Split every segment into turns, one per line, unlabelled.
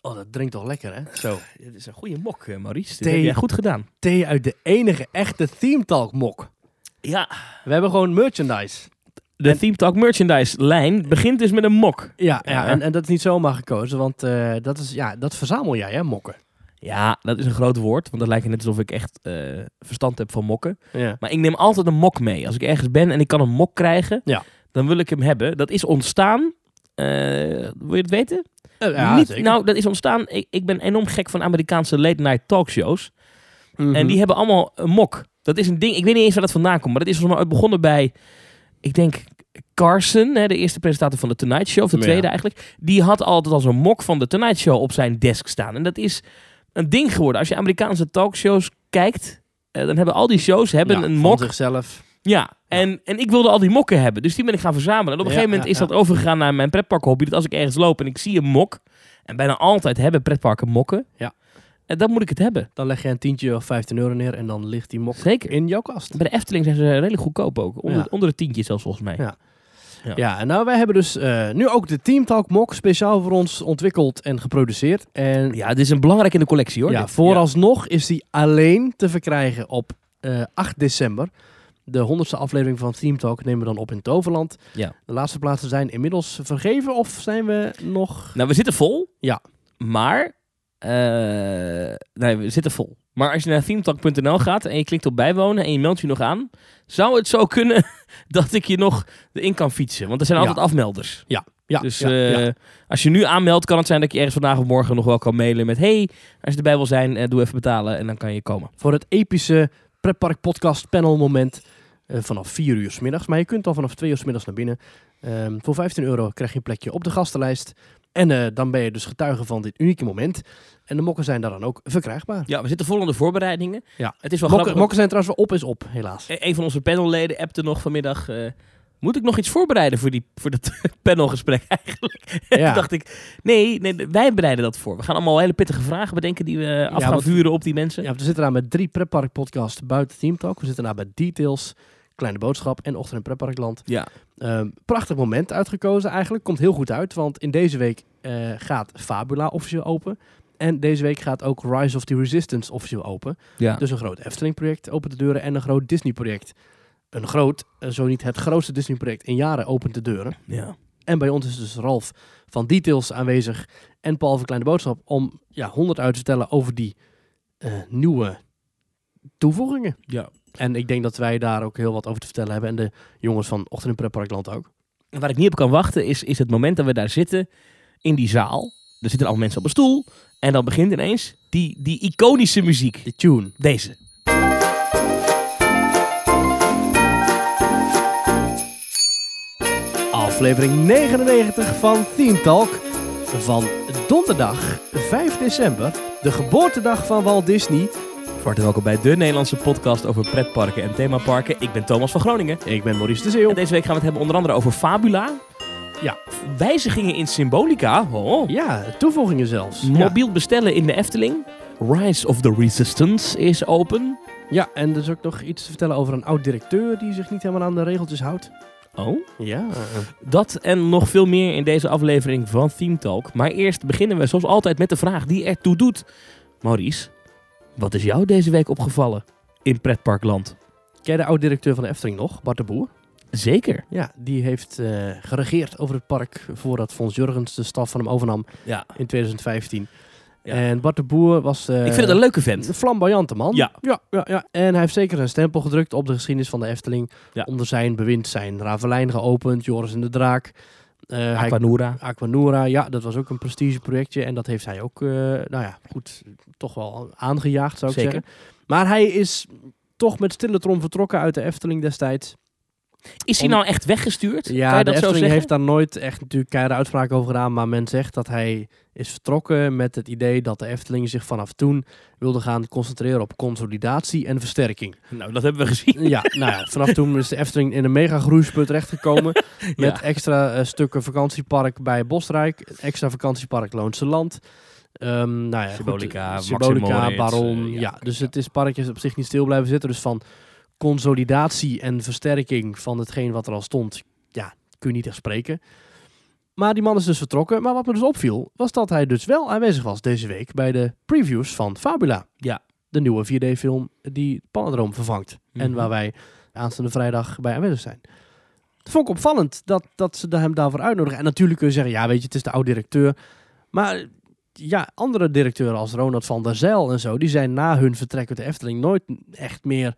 Oh, dat drinkt toch lekker, hè? Zo.
Dit is een goede mok, eh, Maurice. Dit
Thee.
heb jij goed gedaan.
Thee uit de enige echte Theme Talk mok.
Ja.
We hebben gewoon merchandise.
De Theme Talk merchandise lijn begint dus met een mok.
Ja, ja.
Ja.
En, en dat is niet zomaar gekozen, want eh, dat, is, ja, dat verzamel jij, hè, mokken.
Ja, dat is een groot woord, want dat lijkt net alsof ik echt eh, verstand heb van mokken.
Ja.
Maar ik neem altijd een mok mee. Als ik ergens ben en ik kan een mok krijgen,
Ja.
dan wil ik hem hebben. Dat is ontstaan. eh, wil je het weten?
ja,
Niet-
zeker.
nou, dat is ontstaan. Ik, ik ben enorm gek van Amerikaanse late night talkshows.
Mhm.
En die hebben allemaal een mok. Dat is een ding. Ik weet niet eens waar dat vandaan komt. Maar dat is volgens mij ooit begonnen bij, ik denk, Carson, hè, de eerste presentator van de Tonight Show, of de
Ja.
tweede eigenlijk. Die had altijd als een mok van de Tonight Show op zijn desk staan. En dat is een ding geworden. Als je Amerikaanse talkshows kijkt, eh, dan hebben al die shows hebben
Ja,
een
van
mok.
zichzelf.
Ja. En, en ik wilde al die mokken hebben. Dus die ben ik gaan verzamelen. En op een
Ja,
gegeven moment
ja,
is dat overgegaan naar mijn pretparkhobby. Dat als ik ergens loop en ik zie een mok. En bijna altijd hebben pretparken mokken.
Ja.
En dan moet ik het hebben.
Dan leg je een tientje of 15 euro neer en dan ligt die mok
Zeker.
in jouw kast.
Bij de Efteling zijn ze redelijk goedkoop ook. Onder,
Ja.
onder de tientje zelfs volgens mij.
Ja.
Ja.
Ja, en nou, wij hebben dus eh, nu ook de Team Talk mok speciaal voor ons ontwikkeld en geproduceerd. En ja,
dit is een belangrijk in de collectie hoor. dit.
vooralsnog is die alleen te verkrijgen op eh, 8 december. De honderdste aflevering van Team Talk nemen we dan op in Toverland.
Ja.
De laatste plaatsen zijn inmiddels vergeven of zijn we nog...
Ja. Nou, we zitten vol.
Ja.
Maar, eh, nee, we zitten vol. Maar als je naar themetalk.nl gaat en je klikt op bijwonen en je meldt je nog aan, zou het zo kunnen dat ik je nog in kan fietsen. Want er zijn
Ja.
altijd afmelders.
Ja,
dus
ja,
eh,
ja.
als je nu aanmeldt, kan het zijn dat je ergens vandaag of morgen nog wel kan mailen met hey, als je erbij wil zijn, eh, doe even betalen en dan kan je komen.
voor het epische Pretpark Podcast panel moment eh, vanaf 4 uur 's middags. Maar je kunt al vanaf 2 uur 's middags naar binnen. Ehm, voor 15 euro krijg je een plekje op de gastenlijst. En eh, dan ben je dus getuige van dit unieke moment. En de mokken zijn daar dan ook verkrijgbaar.
Ja, we zitten vol aan de voorbereidingen.
Ja.
Het is wel
mokken,
grappig.
mokken zijn trouwens wel op is op, helaas.
E- Een van onze panelleden appte nog vanmiddag. eh, moet ik nog iets voorbereiden voor, die, voor dat panelgesprek eigenlijk? En
Ja.
Toen dacht ik, nee, nee, wij bereiden dat voor. We gaan allemaal hele pittige vragen bedenken die we af
Ja,
gaan
want-
vuren op die mensen.
Ja, we zitten daar met drie Pretpark Podcasts buiten Team Talk. We zitten daar met Details, Kleine Boodschap en Ochtend in Pretparkland.
Ja.
Ehm, prachtig moment uitgekozen eigenlijk. Komt heel goed uit, want in deze week eh, gaat Fabula officieel open. En deze week gaat ook Rise of the Resistance officieel open.
ja.
Dus een groot Efteling-project opent de deuren en een groot Disney-project. Een groot, eh, zo niet het grootste Disney-project in jaren opent de deuren.
ja.
En bij ons is dus Ralf van Details aanwezig en Paul van Kleine Boodschap om ja, 100 uit te vertellen over die eh, nieuwe toevoegingen.
Ja.
En ik denk dat wij daar ook heel wat over te vertellen hebben. En de jongens van Ochtend in Pretparkland ook.
En waar ik niet op kan wachten is, is het moment dat we daar zitten in die zaal. Er zitten allemaal mensen op een stoel. En dan begint ineens die, die iconische muziek.
De tune.
Deze.
Aflevering 99 van Team Talk. Van donderdag 5 december, de geboortedag van Walt Disney.
Hartelijk welkom bij de Nederlandse podcast over pretparken en themaparken. Ik ben Thomas van Groningen.
Ik ben Maurice de
En
Zeeuw.
deze week gaan we het hebben onder andere over Fabula.
Ja.
Wijzigingen in symbolica. Oh.
Ja, toevoegingen zelfs. Ja.
Mobiel bestellen in de Efteling. Rise of the Resistance is open.
ja, en er is ook nog iets te vertellen over een oud-directeur die zich niet helemaal aan de regeltjes houdt.
Oh.
Ja.
Dat en nog veel meer in deze aflevering van Theme Talk. Maar eerst beginnen we zoals altijd met de vraag die ertoe doet. Maurice, wat is jou deze week opgevallen in pretparkland?
Ken je de oud-directeur van de Efteling nog, Bart de Boer?
Zeker.
Ja, die heeft eh, geregeerd over het park voordat Fons Jurgens de staf van hem overnam
Ja.
in 2015.
Ja.
En Bart de Boer was... eh,
Ik vind het een leuke vent.
Een flamboyante man.
Ja.
Ja, ja, ja. En hij heeft zeker zijn stempel gedrukt op de geschiedenis van de Efteling.
Ja.
Onder zijn bewind zijn Ravelijn geopend, Joris en de Draak. Eh, hij
Aquanura.
Aquanura, ja, dat was ook een prestigeprojectje. En dat heeft hij ook, eh, nou ja, goed, toch wel aangejaagd, zou ik
Zeker.
zeggen. Maar hij is toch met stille trom vertrokken uit de Efteling destijds.
Is hij
Om-
nou echt weggestuurd?
Ja,
kan je
de
dat zo
Efteling
zeggen?
heeft daar nooit echt natuurlijk keiharde uitspraken over gedaan. Maar men zegt dat hij is vertrokken met het idee dat de Efteling zich vanaf toen wilde gaan concentreren op consolidatie en versterking.
Nou, dat hebben we gezien.
Ja, nou ja, vanaf toen is de Efteling in een mega groeisput terechtgekomen. Met extra eh, stukken vakantiepark bij Bosrijk, extra vakantiepark Loonse Land. Ehm, nou ja,
Symbolica,
goed,
Max
Symbolica,
Moritz,
Baron.
eh,
ja,
ja,
dus het is park is op zich niet stil blijven zitten. Dus van consolidatie en versterking van hetgeen wat er al stond, ja, kun je niet echt spreken. Maar die man is dus vertrokken. Maar wat me dus opviel, was dat hij dus wel aanwezig was deze week bij de previews van Fabula.
Ja.
De nieuwe 4D-film die Panadroom vervangt. En
Mhm.
waar wij aanstaande vrijdag bij aanwezig zijn. Dat vond ik opvallend dat, dat ze hem daarvoor uitnodigen. En natuurlijk kun je zeggen, ja weet je, het is de oud-directeur. Maar ja, andere directeuren als Ronald van der Zijl en zo... die zijn na hun vertrek uit de Efteling nooit echt meer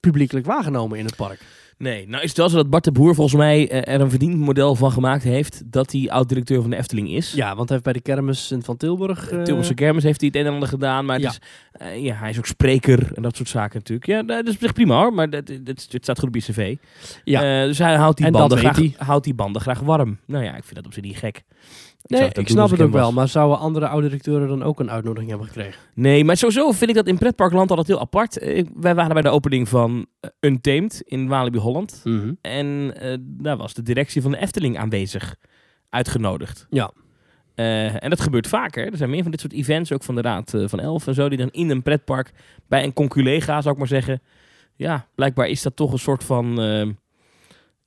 publiekelijk waargenomen in het park.
Nee, nou is het wel zo dat Bart de Boer volgens mij eh, er een verdiend model van gemaakt heeft dat hij oud-directeur van de Efteling is.
Ja, want hij heeft bij de kermis in- van Tilburg... eh,
Tilburgse Kermis heeft hij het een en ander gedaan, maar het
Ja.
Is, eh, ja, hij is ook spreker en dat soort zaken natuurlijk. Ja, dat is op zich prima hoor, maar dat, dat, het staat goed op je cv.
Ja.
Eh, dus hij houdt die,
En dat
banden
weet
graag, houdt die banden graag warm. Nou ja, ik vind dat op zich niet gek. zou
Nee,
het ook
ik,
doen
snap
als
het
ik
ook
hem
wel.
was.
Maar zouden andere oude-directeuren dan ook een uitnodiging hebben gekregen?
Nee, maar sowieso vind ik dat in pretparkland altijd heel apart. Eh, ik- wij waren bij de opening van eh, Untamed in Walibi Holland.
Mhm.
En eh, daar was de directie van de Efteling aanwezig, uitgenodigd.
Ja.
Eh, en dat gebeurt vaker. Er zijn meer van dit soort events, ook van de Raad eh, van Elf en zo, die dan in een pretpark bij een conculega, zou ik maar zeggen. Ja, blijkbaar is dat toch een soort van. eh,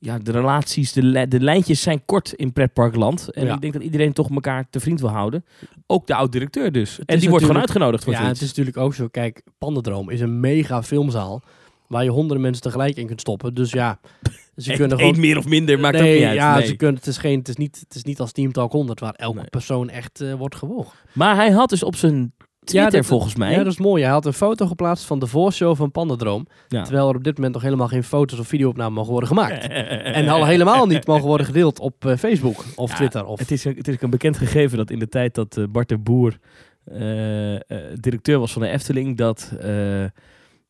ja, de relaties, de, li- de lijntjes zijn kort in pretparkland. En
Ja.
ik denk dat iedereen toch elkaar te vriend wil houden. Ook de oud-directeur dus. en die
is
wordt gewoon
natuurlijk-
uitgenodigd voor
Ja,
zoiets.
het is natuurlijk ook zo. Kijk, Pandadroom is een mega filmzaal waar je honderden mensen tegelijk in kunt stoppen. Dus ja, ze
Eén-
kunnen
één
gewoon...
meer of minder, maakt
Nee,
ook niet uit.
Ja,
nee.
ze kunnen, het, is geen, het, is niet, het is niet als Team Talk 100 waar elke
Nee.
persoon echt eh, wordt gewogen.
Maar hij had dus op zijn Twitter
dat-
volgens mij...
Ja, dat is mooi. Hij had een foto geplaatst van de voorshow van Pandadroom.
Ja.
Terwijl er op dit moment nog helemaal geen foto's of videoopnamen mogen worden gemaakt. en al helemaal niet mogen worden gedeeld op eh, Facebook of
Ja,
Twitter. Of,
Het is, een- het is ook een bekend gegeven dat in de tijd dat eh, Bart de Boer eh, eh, directeur was van de Efteling, dat eh,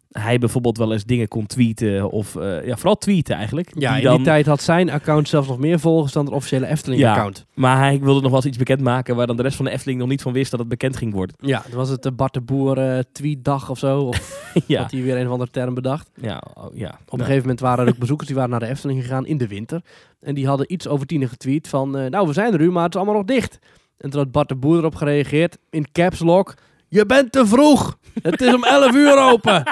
hij bijvoorbeeld wel eens dingen kon tweeten. Of eh, ja, vooral tweeten eigenlijk.
ja,
die
in
dan-
die tijd had zijn account zelfs nog meer volgers dan het officiële Efteling-account.
Maar hij wilde nog wel eens iets bekendmaken waar dan de rest van de Efteling nog niet van wist dat het bekend ging worden.
Ja, dan was het de Bart de Boer eh, tweetdag of zo. Of
ja,
had hij weer een of andere term bedacht.
ja, oh, ja.
Op een
Nou,
gegeven moment waren er ook bezoekers die waren naar de Efteling gegaan in de winter. En die hadden iets over tienen getweet van, eh, nou we zijn er nu, maar het is allemaal nog dicht. En toen had Bart de Boer erop gereageerd in caps lock. Je bent te vroeg! Het is om 11 uur open!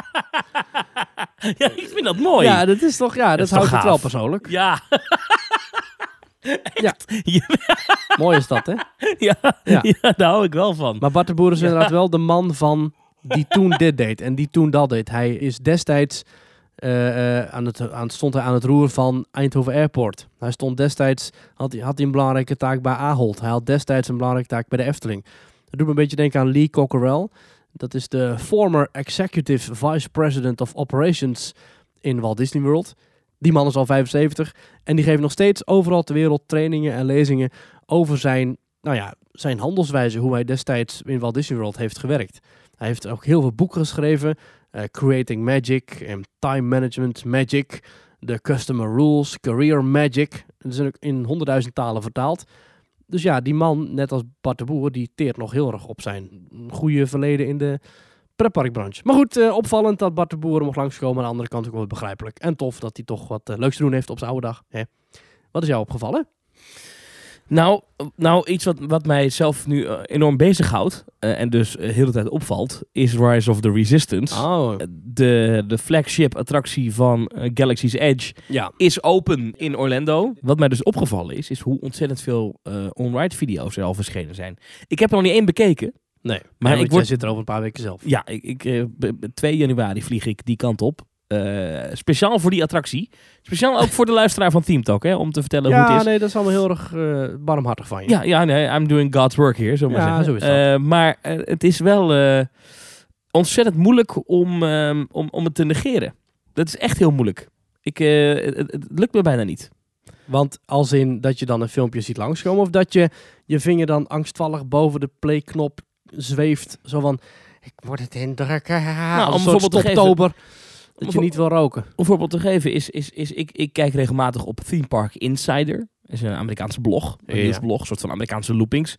ja, ik vind dat mooi.
Ja, dat is toch, ja, dat,
is toch
houdt het wel
gaaf.
persoonlijk.
ja.
Mooi is dat, hè?
Ja,
Ja.
ja. daar hou ik wel van.
Maar Bart de Boer is inderdaad wel de man van die toen dit deed en die toen dat deed. Hij is destijds, eh, eh, aan het, aan, stond hij aan het roer van Eindhoven Airport. Hij stond destijds, had, hij- had hij een belangrijke taak bij Ahold. Hij had destijds een belangrijke taak bij de Efteling. Dat doet me een beetje denken aan Lee Cockerell. Dat is de former executive vice president of operations in Walt Disney World. Die man is al 75 en die geeft nog steeds overal ter wereld trainingen en lezingen over zijn, nou ja, zijn handelswijze, hoe hij destijds in Walt Disney World heeft gewerkt. Hij heeft ook heel veel boeken geschreven, eh, Creating Magic en Time Management Magic, The Customer Rules, Career Magic. Dat zijn ook in honderdduizend talen vertaald. Dus ja, die man, net als Bart de Boer, die teert nog heel erg op zijn goede verleden in de pretparkbranche. Maar goed, eh, opvallend dat Bart de Boer mocht langskomen. Aan de andere kant ook wel begrijpelijk. En tof dat hij toch wat eh, leuks te doen heeft op zijn oude dag. Hè? Wat is jou opgevallen?
Nou, nou iets wat, wat mij zelf nu eh, enorm bezighoudt eh, en dus eh, heel de tijd opvalt, is Rise of the Resistance.
Oh,
Eh, De, de flagship attractie van eh, Galaxy's Edge
ja.
is open in Orlando. Wat mij dus opgevallen is, is hoe ontzettend veel eh on-ride video's er al verschenen zijn. Ik heb er nog niet één bekeken.
Nee,
Maar
maar
ik
ik
word-
zit er over een paar weken zelf.
Ja, ik, ik, eh, b- b- 2 januari vlieg ik die kant op. Eh, speciaal voor die attractie. Speciaal ook voor de luisteraar van Team Talk, hè, om te vertellen hoe het
Ja,
is.
nee, dat is allemaal heel erg eh, barmhartig van je.
Ja, ja nee, I'm doing God's work here, zomaar
Ja,
zeggen.
zo is dat.
Eh, maar eh, het is wel eh, ontzettend moeilijk om, ehm, om, om het te negeren. Dat is echt heel moeilijk. Ik, eh, het, het- het lukt me bijna niet.
Want als in dat je dan een filmpje ziet langskomen... of dat je je vinger dan angstvallig boven de playknop zweeft. Zo van, ik word het indrukken. Nou,
om
een soort
bijvoorbeeld te geven-
oktober. Dat je
bijvoorbeeld-
niet wil roken.
Om een voorbeeld te geven is, is, is ik, ik kijk regelmatig op Theme Park Insider. Dat is een Amerikaanse blog, een
Ja.
nieuwsblog, een soort van Amerikaanse loopings,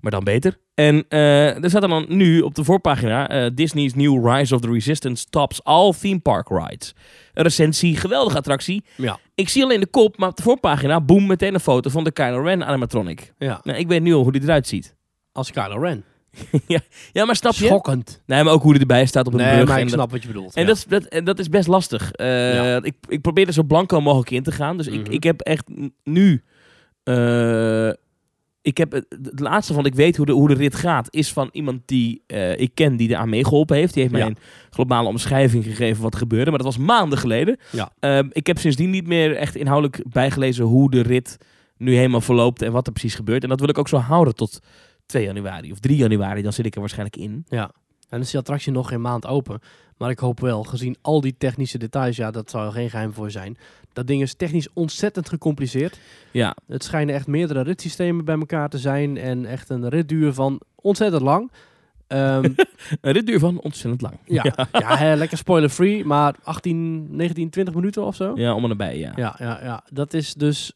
maar dan beter. En eh, er staat dan nu op de voorpagina eh, Disney's new Rise of the Resistance tops all theme park rides. Een recensie, geweldige attractie.
Ja,
Ik zie alleen de kop, maar op de voorpagina, boem, meteen een foto van de Kylo Ren animatronic.
ja.
Nou, ik weet nu al hoe die eruit ziet.
Als Kylo Ren.
Ja, maar snap je?
Schokkend.
Nee, maar ook hoe die erbij staat op een
Nee,
brug.
maar
en
ik
dat-
snap wat je bedoelt.
En
ja.
dat, is- dat, en dat is best lastig. Eh,
Ja.
ik, ik probeer er zo blanco mogelijk in te gaan. Dus
Mhm.
ik, ik heb echt n- nu eh, ik heb het, het laatste van ik weet hoe de, hoe de rit gaat, is van iemand die eh, ik ken die eraan meegeholpen heeft. Die heeft mij
Ja.
een globale omschrijving gegeven wat gebeurde, maar dat was maanden geleden.
Ja.
Ehm, ik heb sindsdien niet meer echt inhoudelijk bijgelezen hoe de rit nu helemaal verloopt en wat er precies gebeurt. En dat wil ik ook zo houden tot 2 januari of 3 januari, dan zit ik er waarschijnlijk in.
En is die attractie nog geen maand open. Maar ik hoop wel, gezien al die technische details, ja, dat zou er geen geheim voor zijn. Dat ding is technisch ontzettend gecompliceerd.
Ja,
Het schijnen echt meerdere ritsystemen bij elkaar te zijn. En echt een ritduur van ontzettend lang. Ehm,
een rit duurt van ontzettend lang.
ja, ja. hè, lekker spoiler-free, maar 18, 19, 20 minuten of zo.
Ja, om en nabij, ja.
Ja, ja, ja. Dat is dus...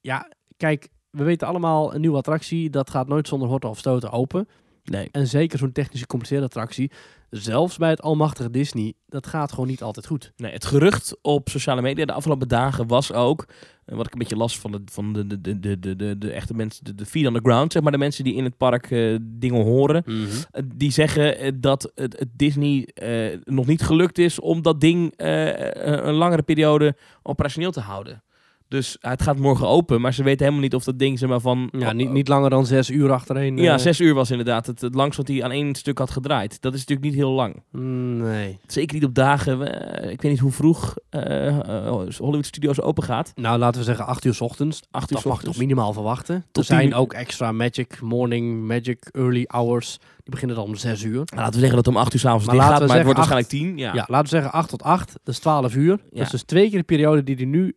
Ja, kijk, we weten allemaal, een nieuwe attractie, dat gaat nooit zonder horten of stoten open.
Nee.
En zeker zo'n technisch gecompliceerde attractie, zelfs bij het almachtige Disney, dat gaat gewoon niet altijd goed.
Nee, het gerucht op sociale media de afgelopen dagen was ook, eh, wat ik een beetje last van de, van de, de, de, de, de, de, de echte mensen, de, de feet on the ground, zeg maar, de mensen die in het park eh, dingen horen, eh, die zeggen eh, dat het, het Disney eh, nog niet gelukt is om dat ding eh, eh, een langere periode operationeel te houden. Dus eh, het gaat morgen open, maar ze weten helemaal niet of dat ding zeg maar, van... eh,
Ja, niet, niet langer dan zes uur achtereen.
Oh, Ja,
eh,
zes uur was inderdaad het, het langst wat hij aan één stuk had gedraaid. Dat is natuurlijk niet heel lang.
mm, Nee.
Zeker niet op dagen, eh, ik weet niet hoe vroeg eh, eh, Hollywood Studios open gaat.
Nou, laten we zeggen acht uur 's ochtends.
8 uur
Dat mag je toch minimaal verwachten. Er
Tot tien
zijn
uur.
ook extra magic morning, magic early hours. Die beginnen dan om zes uur.
Nou, Laten we zeggen dat het om 8 uur s'avonds
Maar
dicht gaat,
laten
maar
we
het wordt
zeggen
waarschijnlijk 10.
Ja,
Ja.
laten we zeggen 8 tot 8, dat is 12 uur.
Ja.
Dat is dus twee keer de periode die hij nu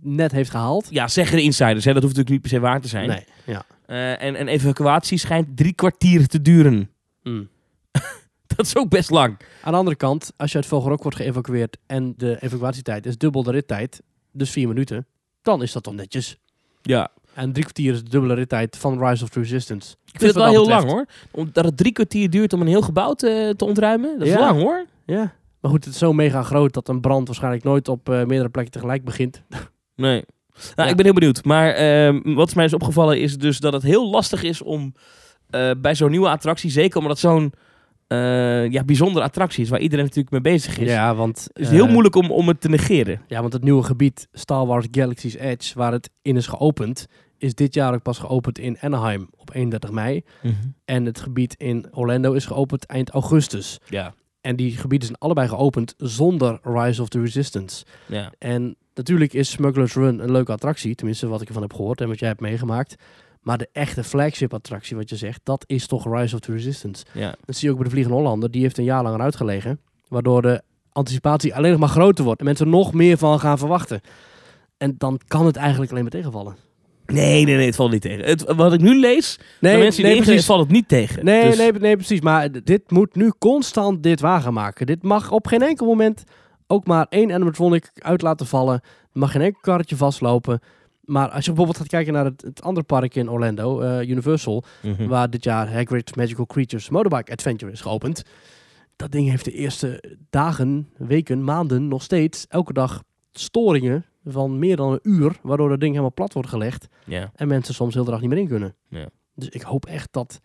net heeft gehaald.
ja, zeggen de insiders, hè, dat hoeft natuurlijk niet per se waar te zijn.
Nee, ja.
Eh, en, en evacuatie schijnt drie kwartier te duren.
Mm.
Dat is ook best lang.
Aan de andere kant, als je uit Vogelrok wordt geëvacueerd en de evacuatietijd is dubbel de rittijd, dus vier minuten, dan is dat toch netjes.
Ja.
En drie kwartier is de dubbele rittijd van Rise of the Resistance.
Ik vind
Dus
het wel
wat
heel
dat
lang hoor. Omdat het drie kwartier duurt om een heel gebouw te, te ontruimen. Dat is
Ja.
lang hoor.
Ja. Maar goed, het is zo mega groot dat een brand waarschijnlijk nooit op eh, meerdere plekken tegelijk begint.
Nee. Nou,
Ja.
ik ben heel benieuwd. Maar ehm, wat mij is opgevallen is dus dat het heel lastig is om eh, bij zo'n nieuwe attractie, zeker omdat het zo'n eh, ja, bijzondere attractie is, waar iedereen natuurlijk mee bezig is.
Ja, want...
Het is heel
eh,
moeilijk om, om het te negeren.
Ja, want het nieuwe gebied Star Wars Galaxy's Edge, waar het in is geopend, is dit jaar ook pas geopend in Anaheim op 31 mei.
Mhm.
En het gebied in Orlando is geopend eind augustus.
Ja.
En die gebieden zijn allebei geopend zonder Rise of the Resistance.
ja.
En natuurlijk is Smuggler's Run een leuke attractie, tenminste wat ik ervan heb gehoord en wat jij hebt meegemaakt. Maar de echte flagship attractie, wat je zegt, dat is toch Rise of the Resistance.
ja.
Dat zie je ook bij de Vliegende Hollander. Die heeft een jaar langer uitgelegen. Waardoor de anticipatie alleen nog maar groter wordt. En mensen er nog meer van gaan verwachten. En dan kan het eigenlijk alleen maar tegenvallen.
Nee, nee, nee, het valt niet tegen. Het, wat ik nu lees, de mensen die erin zitten, valt het niet tegen.
Nee,
Dus-
nee, nee, precies. Maar d- dit moet nu constant dit wagen maken. Dit mag op geen enkel moment ook maar één animatronic uit laten vallen. Er mag geen enkel karretje vastlopen. Maar als je bijvoorbeeld gaat kijken naar het, het andere park in Orlando, eh, Universal,
Mhm.
waar dit jaar Hagrid's Magical Creatures Motorbike Adventure is geopend. Dat ding heeft de eerste dagen, weken, maanden nog steeds elke dag storingen van meer dan een uur, waardoor dat ding helemaal plat wordt gelegd
Ja.
en mensen soms heel de dag niet meer in kunnen.
Ja.
Dus ik hoop echt dat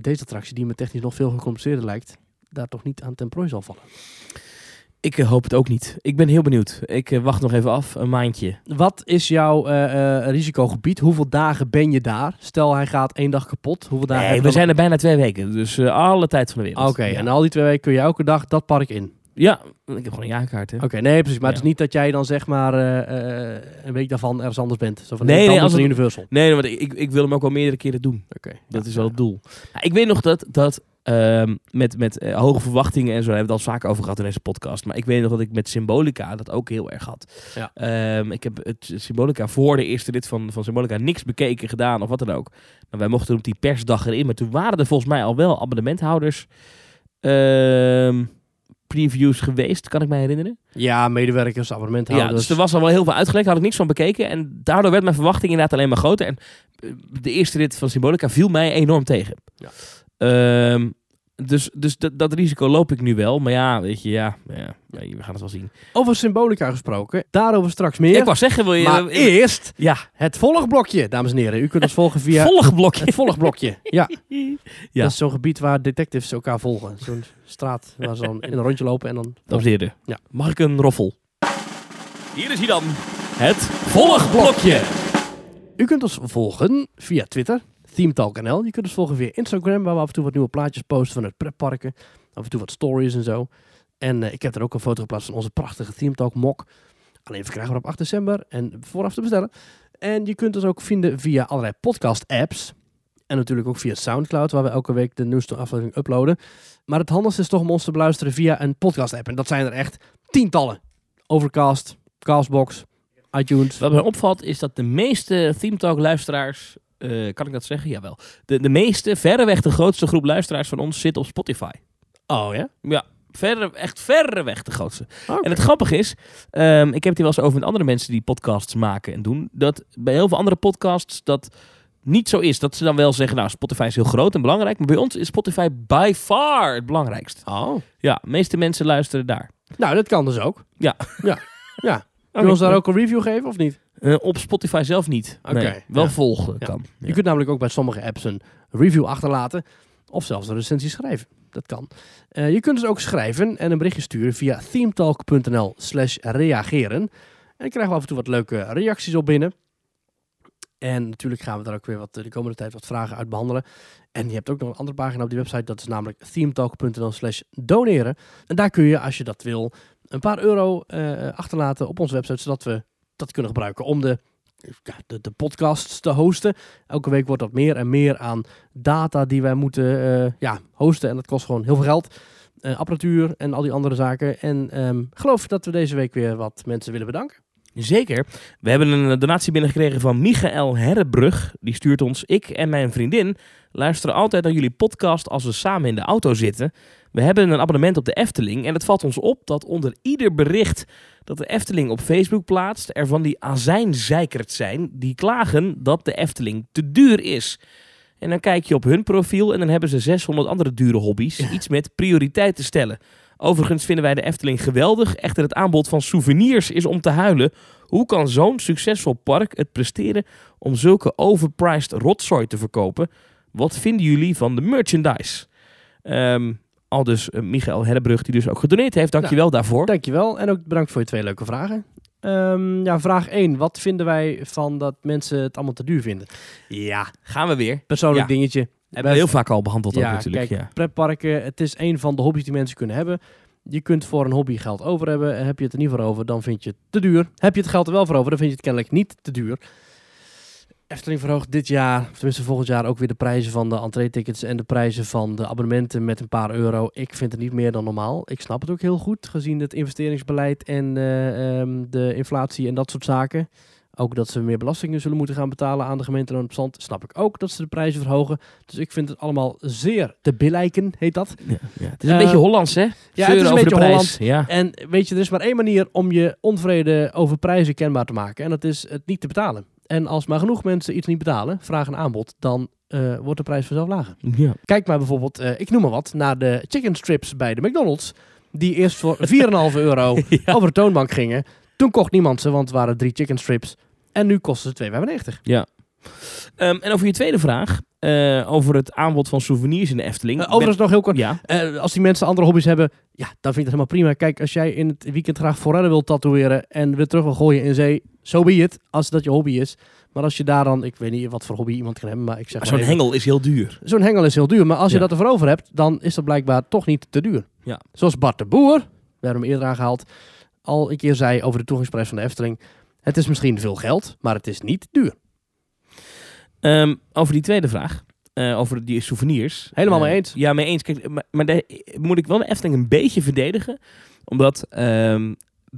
deze attractie, die me technisch nog veel gecompliceerder lijkt, daar toch niet aan ten prooi zal vallen.
Ik eh, hoop het ook niet. Ik ben heel benieuwd. Ik eh, wacht nog even af, een maandje.
Wat is jouw eh, eh, risicogebied? Hoeveel dagen ben je daar? Stel hij gaat één dag kapot, hoeveel dagen?
nee,
heb
we
je dan-
zijn er bijna twee weken, dus eh, alle tijd van de wereld.
Oké,
ja.
en al die twee weken kun je elke dag dat park in.
Ja, ik heb gewoon een jaarkaart. Hè.
Oké, nee, precies. Maar het
Ja.
is niet dat jij dan zeg maar eh, eh, een week daarvan ergens anders bent. Zo van,
Nee,
nee,
nee,
nee,
als
als
het-
Universal.
Nee, want ik, ik wil hem ook wel meerdere keren doen.
Oké.
Dat is wel het doel. Ja, ik weet nog dat, dat ehm, met, met eh, hoge verwachtingen en zo, daar hebben we het al vaak over gehad in deze podcast. Maar ik weet nog dat ik met Symbolica dat ook heel erg had.
Ja.
Ehm, ik heb het Symbolica voor de eerste rit van, van Symbolica niks bekeken, gedaan of wat dan ook. Maar wij mochten op die persdag erin. Maar toen waren er volgens mij al wel abonnementhouders ehm, previews geweest, kan ik mij herinneren.
Ja, medewerkers,
Ja,
abonnementhouders.
dus er was al wel heel veel uitgelegd, had ik niks van bekeken. En daardoor werd mijn verwachting inderdaad alleen maar groter. En eh, de eerste rit van Symbolica viel mij enorm tegen.
Ja.
Ehm, dus dus dat, dat risico loop ik nu wel. Maar ja, weet je, ja, ja, ja, we gaan het wel zien.
Over symbolica gesproken, daarover straks meer.
Ik wou zeggen, wil je...
maar
eh,
eerst
ja,
het volgblokje, dames en heren. U kunt ons volgen via
volgblokje.
het volgblokje. Ja.
Ja.
dat is zo'n gebied waar detectives elkaar volgen. Zo'n straat waar ze dan in een rondje lopen en dan...
Dames en heren,
Ja.
mag ik een roffel? Hier is hij dan, het volgblokje.
U kunt ons volgen via Twitter, ThemeTalk.nl. Je kunt ons volgen via Instagram, waar we af en toe wat nieuwe plaatjes posten van het pretparken. Af en toe wat stories en zo. En eh, ik heb er ook een foto geplaatst van onze prachtige ThemeTalk mok. Alleen verkrijgbaar op 8 december en vooraf te bestellen. En je kunt ons ook vinden via allerlei podcast-apps. En natuurlijk ook via Soundcloud, waar we elke week de nieuwste aflevering uploaden. Maar het handigste is toch om ons te beluisteren via een podcast-app. En dat zijn er echt tientallen. Overcast, Castbox, iTunes.
Wat mij opvalt is dat de meeste Theme Talk luisteraars, eh, kan ik dat zeggen? Jawel. De, de meeste, verreweg de grootste groep luisteraars van ons zit op Spotify.
Oh ja?
Ja, verre, echt verreweg de grootste.
Ah, Oké.
En het grappige is, ehm, ik heb het hier wel eens over met andere mensen die podcasts maken en doen, dat bij heel veel andere podcasts dat niet zo is. Dat ze dan wel zeggen, nou Spotify is heel groot en belangrijk, maar bij ons is Spotify by far het belangrijkst.
Oh.
Ja, de meeste mensen luisteren daar.
Nou, dat kan dus ook.
Ja.
Ja. ja. Kun je ons daar ook een review geven of niet?
Eh, op Spotify zelf niet.
Oké,
Nee, wel
ja.
volgen
Ja.
kan. Ja.
Je kunt namelijk ook bij sommige apps een review achterlaten. Of zelfs een recensie schrijven. Dat kan. Eh, je kunt dus ook schrijven en een berichtje sturen via themetalk.nl slash reageren. En dan krijgen we af en toe wat leuke reacties op binnen. En natuurlijk gaan we daar ook weer wat, eh, de komende tijd wat vragen uit behandelen. En je hebt ook nog een andere pagina op die website. Dat is namelijk themetalk.nl slash doneren. En daar kun je, als je dat wil, een paar euro eh, achterlaten op onze website. Zodat we dat kunnen gebruiken om de, ja, de, de podcasts te hosten. Elke week wordt dat meer en meer aan data die wij moeten eh, ja, hosten. En dat kost gewoon heel veel geld. Eh, apparatuur en al die andere zaken. En ehm, geloof dat we deze week weer wat mensen willen bedanken.
Zeker. We hebben een eh, donatie binnengekregen van Michael Herrebrug. Die stuurt ons, ik en mijn vriendin luisteren altijd naar jullie podcast als we samen in de auto zitten. We hebben een abonnement op de Efteling en het valt ons op dat onder ieder bericht dat de Efteling op Facebook plaatst er van die azijnzeikert zijn die klagen dat de Efteling te duur is. En dan kijk je op hun profiel en dan hebben ze 600 andere dure hobby's. Iets met prioriteit te stellen. Overigens vinden wij de Efteling geweldig. Echter het aanbod van souvenirs is om te huilen. Hoe kan zo'n succesvol park het presteren om zulke overpriced rotzooi te verkopen? Wat vinden jullie van de merchandise? Ehm, al dus eh, Michael Herrebrug, die dus ook gedoneerd heeft. Dankjewel daarvoor.
Dankjewel en ook bedankt voor je twee leuke vragen. Ehm, ja, vraag 1. Wat vinden wij van dat mensen het allemaal te duur vinden? Ja,
Gaan we weer.
persoonlijk
Ja.
dingetje.
Hebben we heel vaak al behandeld ook natuurlijk.
Kijk,
ja.
pretparken, het is een van de hobby's die mensen kunnen hebben. Je kunt voor een hobby geld over hebben. Heb je het er niet voor over, dan vind je het te duur. Heb je het geld er wel voor over, dan vind je het kennelijk niet te duur. Efteling verhoogt dit jaar, of tenminste volgend jaar, ook weer de prijzen van de entree-tickets en de prijzen van de abonnementen met een paar euro. Ik vind het niet meer dan normaal. Ik snap het ook heel goed, gezien het investeringsbeleid en eh, ehm, de inflatie en dat soort zaken. Ook dat ze meer belastingen zullen moeten gaan betalen aan de gemeente en het Zand. Snap ik ook dat ze de prijzen verhogen. Dus ik vind het allemaal zeer te billijken, heet dat.
Ja, ja. Het is een
Eh,
beetje Hollands, hè?
is
Zeuren
een
over de
beetje
prijs.
Hollands.
Ja.
En weet je, er is maar één manier om je onvrede over prijzen kenbaar te maken. En dat is het niet te betalen. En als maar genoeg mensen iets niet betalen, vraag en aanbod, dan eh, wordt de prijs vanzelf lager.
Ja.
Kijk maar bijvoorbeeld, eh, ik noem maar wat, naar de chicken strips bij de McDonald's. Die eerst voor 4,5 euro
Ja.
over de toonbank gingen. Toen kocht niemand ze, want het waren drie chicken strips. En nu kosten ze 2,95.
Ehm, en over je tweede vraag, eh, over het aanbod van souvenirs in de Efteling.
Eh, overigens nog heel kort.
Ben- ja.
Eh, als die mensen andere hobby's hebben, ja, dan vind ik dat helemaal prima. Kijk, als jij in het weekend graag forellen wilt tatoeëren en weer terug wil gooien in zee, zo be het, als dat je hobby is. Maar als je daar dan, ik weet niet wat voor hobby iemand kan hebben, maar ik zeg maar
Zo'n
even-
hengel is heel duur.
Zo'n hengel is heel duur, maar als je
Ja.
dat ervoor over hebt, dan is dat blijkbaar toch niet te duur.
Ja.
Zoals Bart de Boer, we hebben hem eerder aangehaald, al een keer zei over de toegangsprijs van de Efteling. Het is misschien veel geld, maar het is niet duur.
Ehm, over die tweede vraag, eh, over die souvenirs.
Helemaal mee
Eh,
eens.
Ja, mee eens. Kijk, maar, maar daar moet ik wel de Efteling een beetje verdedigen. Omdat ehm,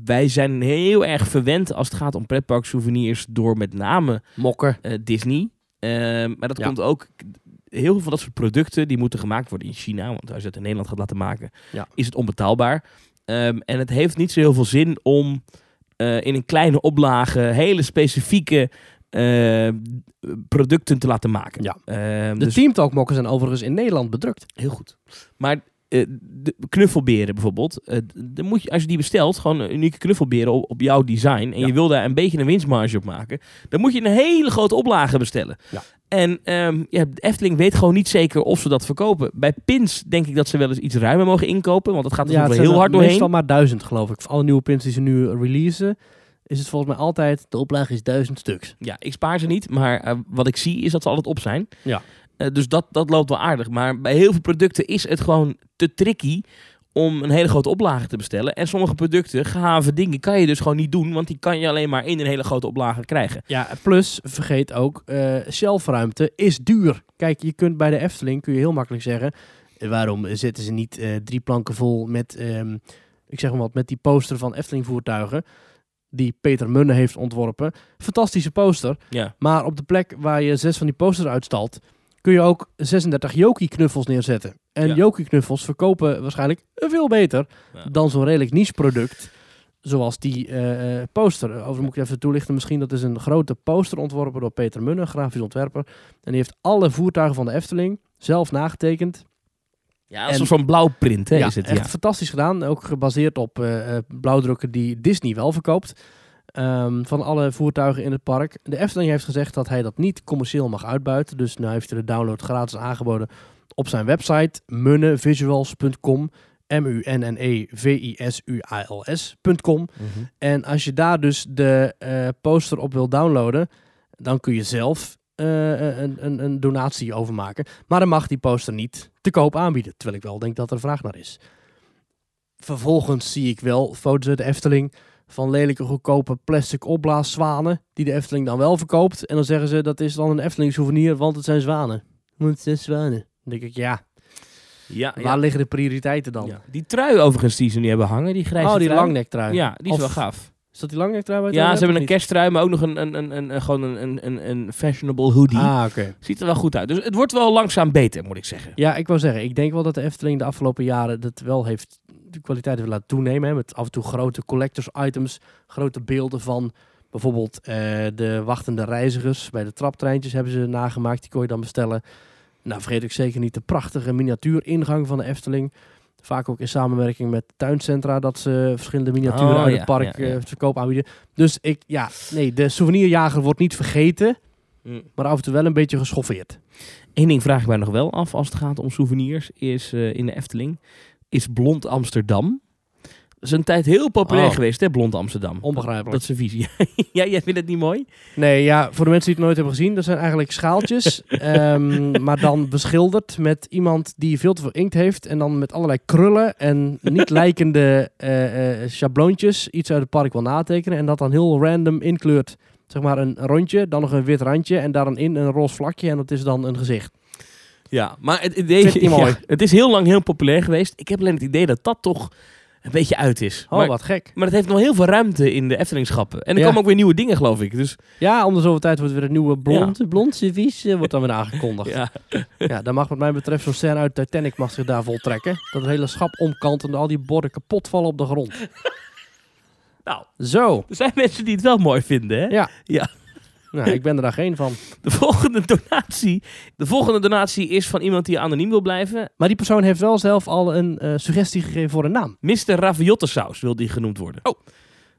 wij zijn heel erg verwend als het gaat om pretpark souvenirs door met name
Mokker.
eh, Disney. Ehm, maar dat
Ja.
komt ook... Heel veel van dat soort producten die moeten gemaakt worden in China. Want als je het in Nederland gaat laten maken,
Ja.
is het onbetaalbaar. Ehm, en het heeft niet zo heel veel zin om eh, in een kleine oplage hele specifieke eh, producten te laten maken.
Ja.
Ehm,
De
dus
teamtalkmokken zijn overigens in Nederland bedrukt.
heel goed. Maar eh, de knuffelberen bijvoorbeeld, eh, d- dan moet je, als je die bestelt, gewoon een unieke knuffelberen op, op jouw design en
Ja.
je wil daar een beetje een winstmarge op maken, dan moet je een hele grote oplage bestellen.
Ja.
En ehm, ja, de Efteling weet gewoon niet zeker of ze dat verkopen. Bij Pins denk ik dat ze wel eens iets ruimer mogen inkopen, want dat gaat er soms
het
wel heel
zijn
hard
er Meestal
doorheen.
maar duizend, geloof ik. Voor alle nieuwe pins die ze nu releasen, is het volgens mij altijd, de oplage is duizend stuks.
Ja, ik spaar ze niet, maar eh, wat ik zie is dat ze altijd op zijn.
Ja.
Eh, dus dat, dat loopt wel aardig. Maar bij heel veel producten is het gewoon te tricky om een hele grote oplage te bestellen. En sommige producten, gehaven dingen, kan je dus gewoon niet doen. Want die kan je alleen maar in een hele grote oplage krijgen.
Ja, plus vergeet ook, eh shelfruimte is duur. Kijk, je kunt bij de Efteling kun je heel makkelijk zeggen, eh, waarom zetten ze niet eh, drie planken vol met, ehm, ik zeg maar wat, met die poster van Efteling voertuigen, die Peter Munne heeft ontworpen. Fantastische poster,
Ja.
maar op de plek waar je zes van die posters uitstalt, kun je ook 36 Jokie-knuffels neerzetten. En
Ja.
Jokie-knuffels verkopen waarschijnlijk veel beter
Ja.
dan zo'n redelijk niche product. Zoals die eh, eh, poster. Overigens moet ik even toelichten. Misschien dat is een grote poster ontworpen door Peter Munne, grafisch ontwerper. En die heeft alle voertuigen van de Efteling zelf nagetekend.
Ja, dat is
En-
zo'n blauw print hè, is het.
echt
Ja.
fantastisch gedaan. Ook gebaseerd op eh, eh, blauwdrukken die Disney wel verkoopt. Ehm, van alle voertuigen in het park. De Efteling heeft gezegd dat hij dat niet commercieel mag uitbuiten. Dus nu heeft hij de download gratis aangeboden op zijn website munnevisuals.com. E M-U-N-N-E-V-I-S-U-A-L-S.com. En als je daar dus de eh, poster op wil downloaden, dan kun je zelf eh, een, een, een donatie overmaken. Maar dan mag die poster niet te koop aanbieden. Terwijl ik wel denk dat er vraag naar is. Vervolgens zie ik wel foto's uit de Efteling van lelijke goedkope plastic opblaaszwanen. Die de Efteling dan wel verkoopt. En dan zeggen ze dat is dan een Efteling souvenir, want het zijn zwanen. Want het zijn zwanen. Dan denk ik, ja,
Ja, ja.
waar liggen de prioriteiten dan?
Ja. Die trui overigens die ze nu hebben hangen, die grijze
Oh, die
trui.
langnektrui.
Ja, die is
Of-
wel gaaf.
Is dat die langnektrui? waar je het
Ja,
over
ze hebben een
hebt,
kersttrui, maar ook nog een, een, een, een, een- gewoon een- een, een, een fashionable hoodie.
of niet? Ah, oké.
Ziet er wel goed uit. Dus het wordt wel langzaam beter, moet ik zeggen.
Ja, ik wou zeggen, ik denk wel dat de Efteling de afgelopen jaren dat wel heeft, de kwaliteit heeft laten toenemen. Hè, met af en toe grote collectors items, grote beelden van bijvoorbeeld eh, de wachtende reizigers. Bij de traptreintjes hebben ze nagemaakt, die kon je dan bestellen. Nou, vergeet ik zeker niet de prachtige miniatuuringang van de Efteling. Vaak ook in samenwerking met tuincentra dat ze verschillende miniaturen
Oh,
uit
ja,
het park
ja, ja.
eh, te verkoop aanbieden. Dus ik, ja, nee, de souvenirjager wordt niet vergeten,
Mm.
maar af en toe wel een beetje geschoffeerd.
Eén ding vraag ik mij nog wel af als het gaat om souvenirs, is eh, in de Efteling, is Blond Amsterdam. Dat is een tijd heel populair
Oh.
geweest, hè, Blond Amsterdam.
Onbegrijpelijk.
Dat is een visie. ja, jij vindt het niet mooi?
Nee, ja, voor de mensen die het nooit hebben gezien, dat zijn eigenlijk schaaltjes. ehm, maar dan beschilderd met iemand die veel te veel inkt heeft. En dan met allerlei krullen en niet lijkende eh, eh, schabloontjes iets uit het park wil natekenen. En dat dan heel random inkleurt. Zeg maar een rondje, dan nog een wit randje en daar dan in een roze vlakje. En dat is dan een gezicht.
Ja, maar het idee
Vindt niet mooi.
Ja, het is heel lang heel populair geweest. Ik heb alleen het idee dat dat toch een beetje uit is.
Oh,
maar,
wat gek.
maar het heeft nog heel veel ruimte in de Eftelingschappen. En er
Ja.
komen ook weer nieuwe dingen, geloof ik. Dus
Ja, om de zoveel tijd wordt weer een nieuwe blond, blond servies eh, wordt dan weer aangekondigd.
ja,
Ja, daar mag wat mij betreft zo'n scène uit Titanic mag zich daar voltrekken. Dat het hele schap omkant en al die borden kapot vallen op de grond.
Nou.
Zo.
er zijn mensen die het wel mooi vinden, hè?
Ja.
Ja.
Nou, ik ben er daar geen van.
De volgende donatie, de volgende donatie is van iemand die anoniem wil blijven.
Maar die persoon heeft wel zelf al een eh, suggestie gegeven voor een naam.
Mr. Raviottesaus wil die genoemd worden. Oh.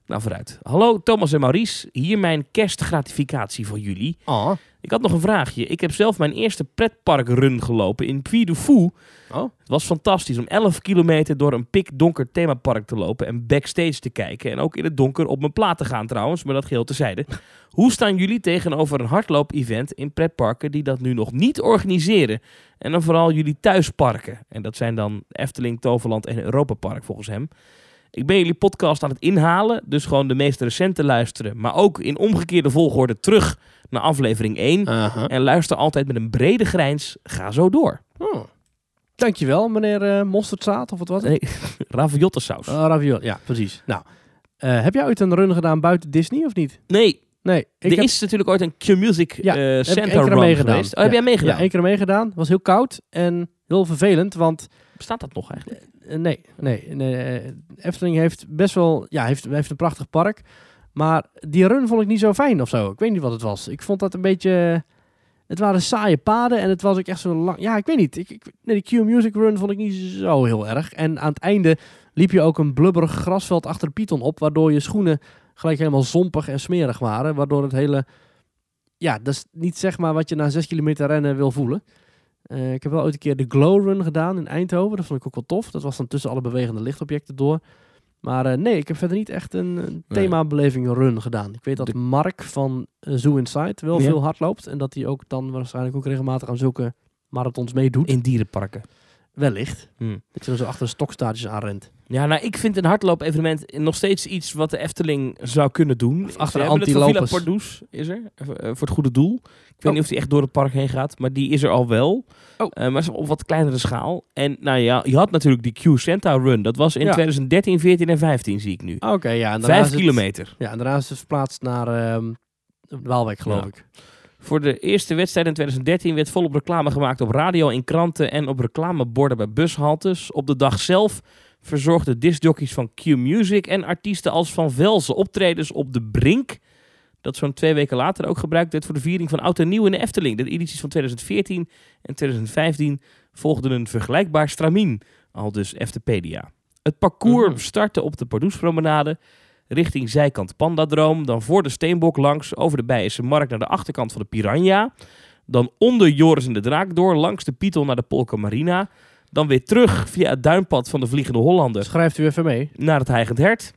Nou, vooruit. Hallo Thomas en Maurice. Hier mijn kerstgratificatie voor jullie.
Oh.
Ik had nog een vraagje. Ik heb zelf mijn eerste pretparkrun gelopen in Puy du Fou.
Oh.
Het was fantastisch om 11 kilometer door een pikdonker themapark te lopen en backstage te kijken. En ook in het donker op mijn plaat te gaan trouwens, maar dat geheel tezijde. Hoe staan jullie tegenover een hardloop-event in pretparken die dat nu nog niet organiseren? En dan vooral jullie thuisparken. En dat zijn dan Efteling, Toverland en Europa Park volgens hem. Ik ben jullie podcast aan het inhalen, dus gewoon de meest recente luisteren. Maar ook in omgekeerde volgorde terug naar aflevering 1. En luister altijd met een brede grijns. Ga zo door.
Oh. Dankjewel, meneer eh, Mosterdzaad, of wat was het?
Nee, Raviottesaus.
Eh, ravioli, ja, precies. Nou, eh, heb jij ooit een run gedaan buiten Disney of niet?
Nee,
Nee, ik
er
heb,
is natuurlijk ooit een Q-Music
Ja,
eh,
heb ik één
Santa
keer
Run
meegedaan.
geweest. Oh, heb
Ja.
jij meegedaan?
ja, één keer meegedaan. was heel koud en heel vervelend, want
Bestaat dat nog eigenlijk?
Eh, nee, nee. nee eh, Efteling heeft best wel, ja, heeft, heeft een prachtig park. Maar die run vond ik niet zo fijn of zo. Ik weet niet wat het was. Ik vond dat een beetje. Het waren saaie paden en het was ook echt zo lang. Ja, ik weet niet. Ik, ik, nee, die Q-Music run vond ik niet zo heel erg. En aan het einde liep je ook een blubberig grasveld achter de Python op. Waardoor je schoenen gelijk helemaal zompig en smerig waren. Waardoor het hele. Ja, dat is niet zeg maar wat je na zes kilometer rennen wil voelen. Eh, ik heb wel ooit een keer de Glow Run gedaan in Eindhoven. Dat vond ik ook wel tof. Dat was dan tussen alle bewegende lichtobjecten door. Maar eh, nee, ik heb verder niet echt een, een themabeleving run gedaan. Ik weet dat
De-
Mark van eh, Zoo Inside wel
Ja.
veel hard loopt. En dat hij ook dan waarschijnlijk ook regelmatig aan zulke marathons meedoet.
In dierenparken.
Wellicht.
Hmm.
Dat je dan zo achter de stokstaartjes aanrent.
Ja, nou, ik vind een hardloop-evenement nog steeds iets wat de Efteling zou kunnen doen.
Of achter
Ze
de
hebben het van
antilopers.
Villa Pardoes is er, eh, voor het goede doel. Ik weet
Oh.
niet of die echt door het park heen gaat, maar die is er al wel.
Oh.
Eh, maar ze op wat kleinere schaal. En nou ja, je had natuurlijk die Q Centa Run. Dat was in
Ja.
2013, 14 en 15 zie ik nu.
Ah, Oké, ja. en daarna is
Vijf
het-
kilometer.
ja, en daarna is het verplaatst naar ehm, Waalwijk, geloof
Ja.
ik.
Voor de eerste wedstrijd in 2013 werd volop reclame gemaakt op radio, in kranten en op reclameborden bij bushaltes. Op de dag zelf verzorgden discjockeys van Q Music en artiesten als Van Velzen optredens op de Brink. Dat zo'n twee weken later ook gebruikt werd voor de viering van Oud en Nieuw in de Efteling. De edities van 2014 en 2015 volgden een vergelijkbaar stramien, al dus Eftepedia. Het parcours
Mhm.
startte op de Pardoespromenade richting zijkant Pandadroom, dan voor de Steenbok langs, over de Bijense Markt naar de achterkant van de Piranha, dan onder Joris en de Draak door, langs de Python naar de Polka Marina, dan weer terug via het duinpad van de Vliegende Hollander
Schrijft u even mee.
naar het Heigend Hert.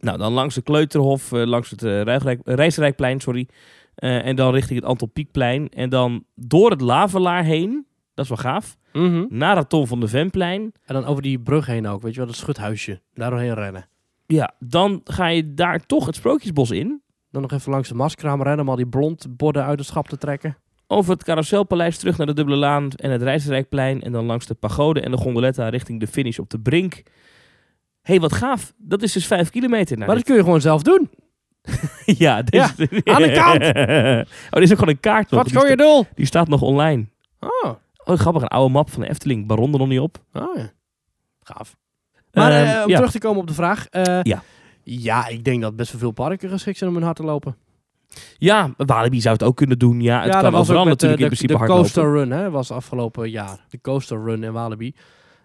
Nou, dan langs de Kleuterhof, eh, langs het eh, Ruigrijk- eh, Rijsrijkplein, sorry. Eh, en dan richting het Anton Pieckplein. En dan door het Lavelaar heen, dat is wel gaaf,
Mhm.
naar het Tom van de Venplein.
En dan over die brug heen ook, weet je wel, dat schuthuisje. Daar doorheen rennen.
Ja, dan ga je daar toch het Sprookjesbos in.
Dan nog even langs de maskraam rennen om al die blond borden uit het schap te trekken.
Over het Carouselpaleis terug naar de Dubbele Laan en het Rijsrijkplein. En dan langs de Pagode en de Gondoletta richting de finish op de Brink. hey, wat gaaf. Dat is dus vijf kilometer. Nou,
maar dat kun je gewoon zelf doen.
dit- ja, dit
Ja,
is-
aan de kant.
Oh, er is ook gewoon een kaart nog.
Wat is
Die,
gewoon je
sta-
doel?
die staat nog online.
Oh,
Oh, grappig, een oude map van de Efteling. Baron er nog niet op.
oh ja. Gaaf. Maar eh,
Ehm,
om
ja.
terug te komen op de vraag. eh,
Ja.
Ja, ik denk dat best wel veel parken geschikt zijn om hun hard te lopen.
ja, Walibi zou het ook kunnen doen. Ja, het
ja,
kan overal
met, eh,
natuurlijk in
de,
principe
de
hardlopen.
coaster run, hè, was afgelopen jaar. De coaster run in Walibi.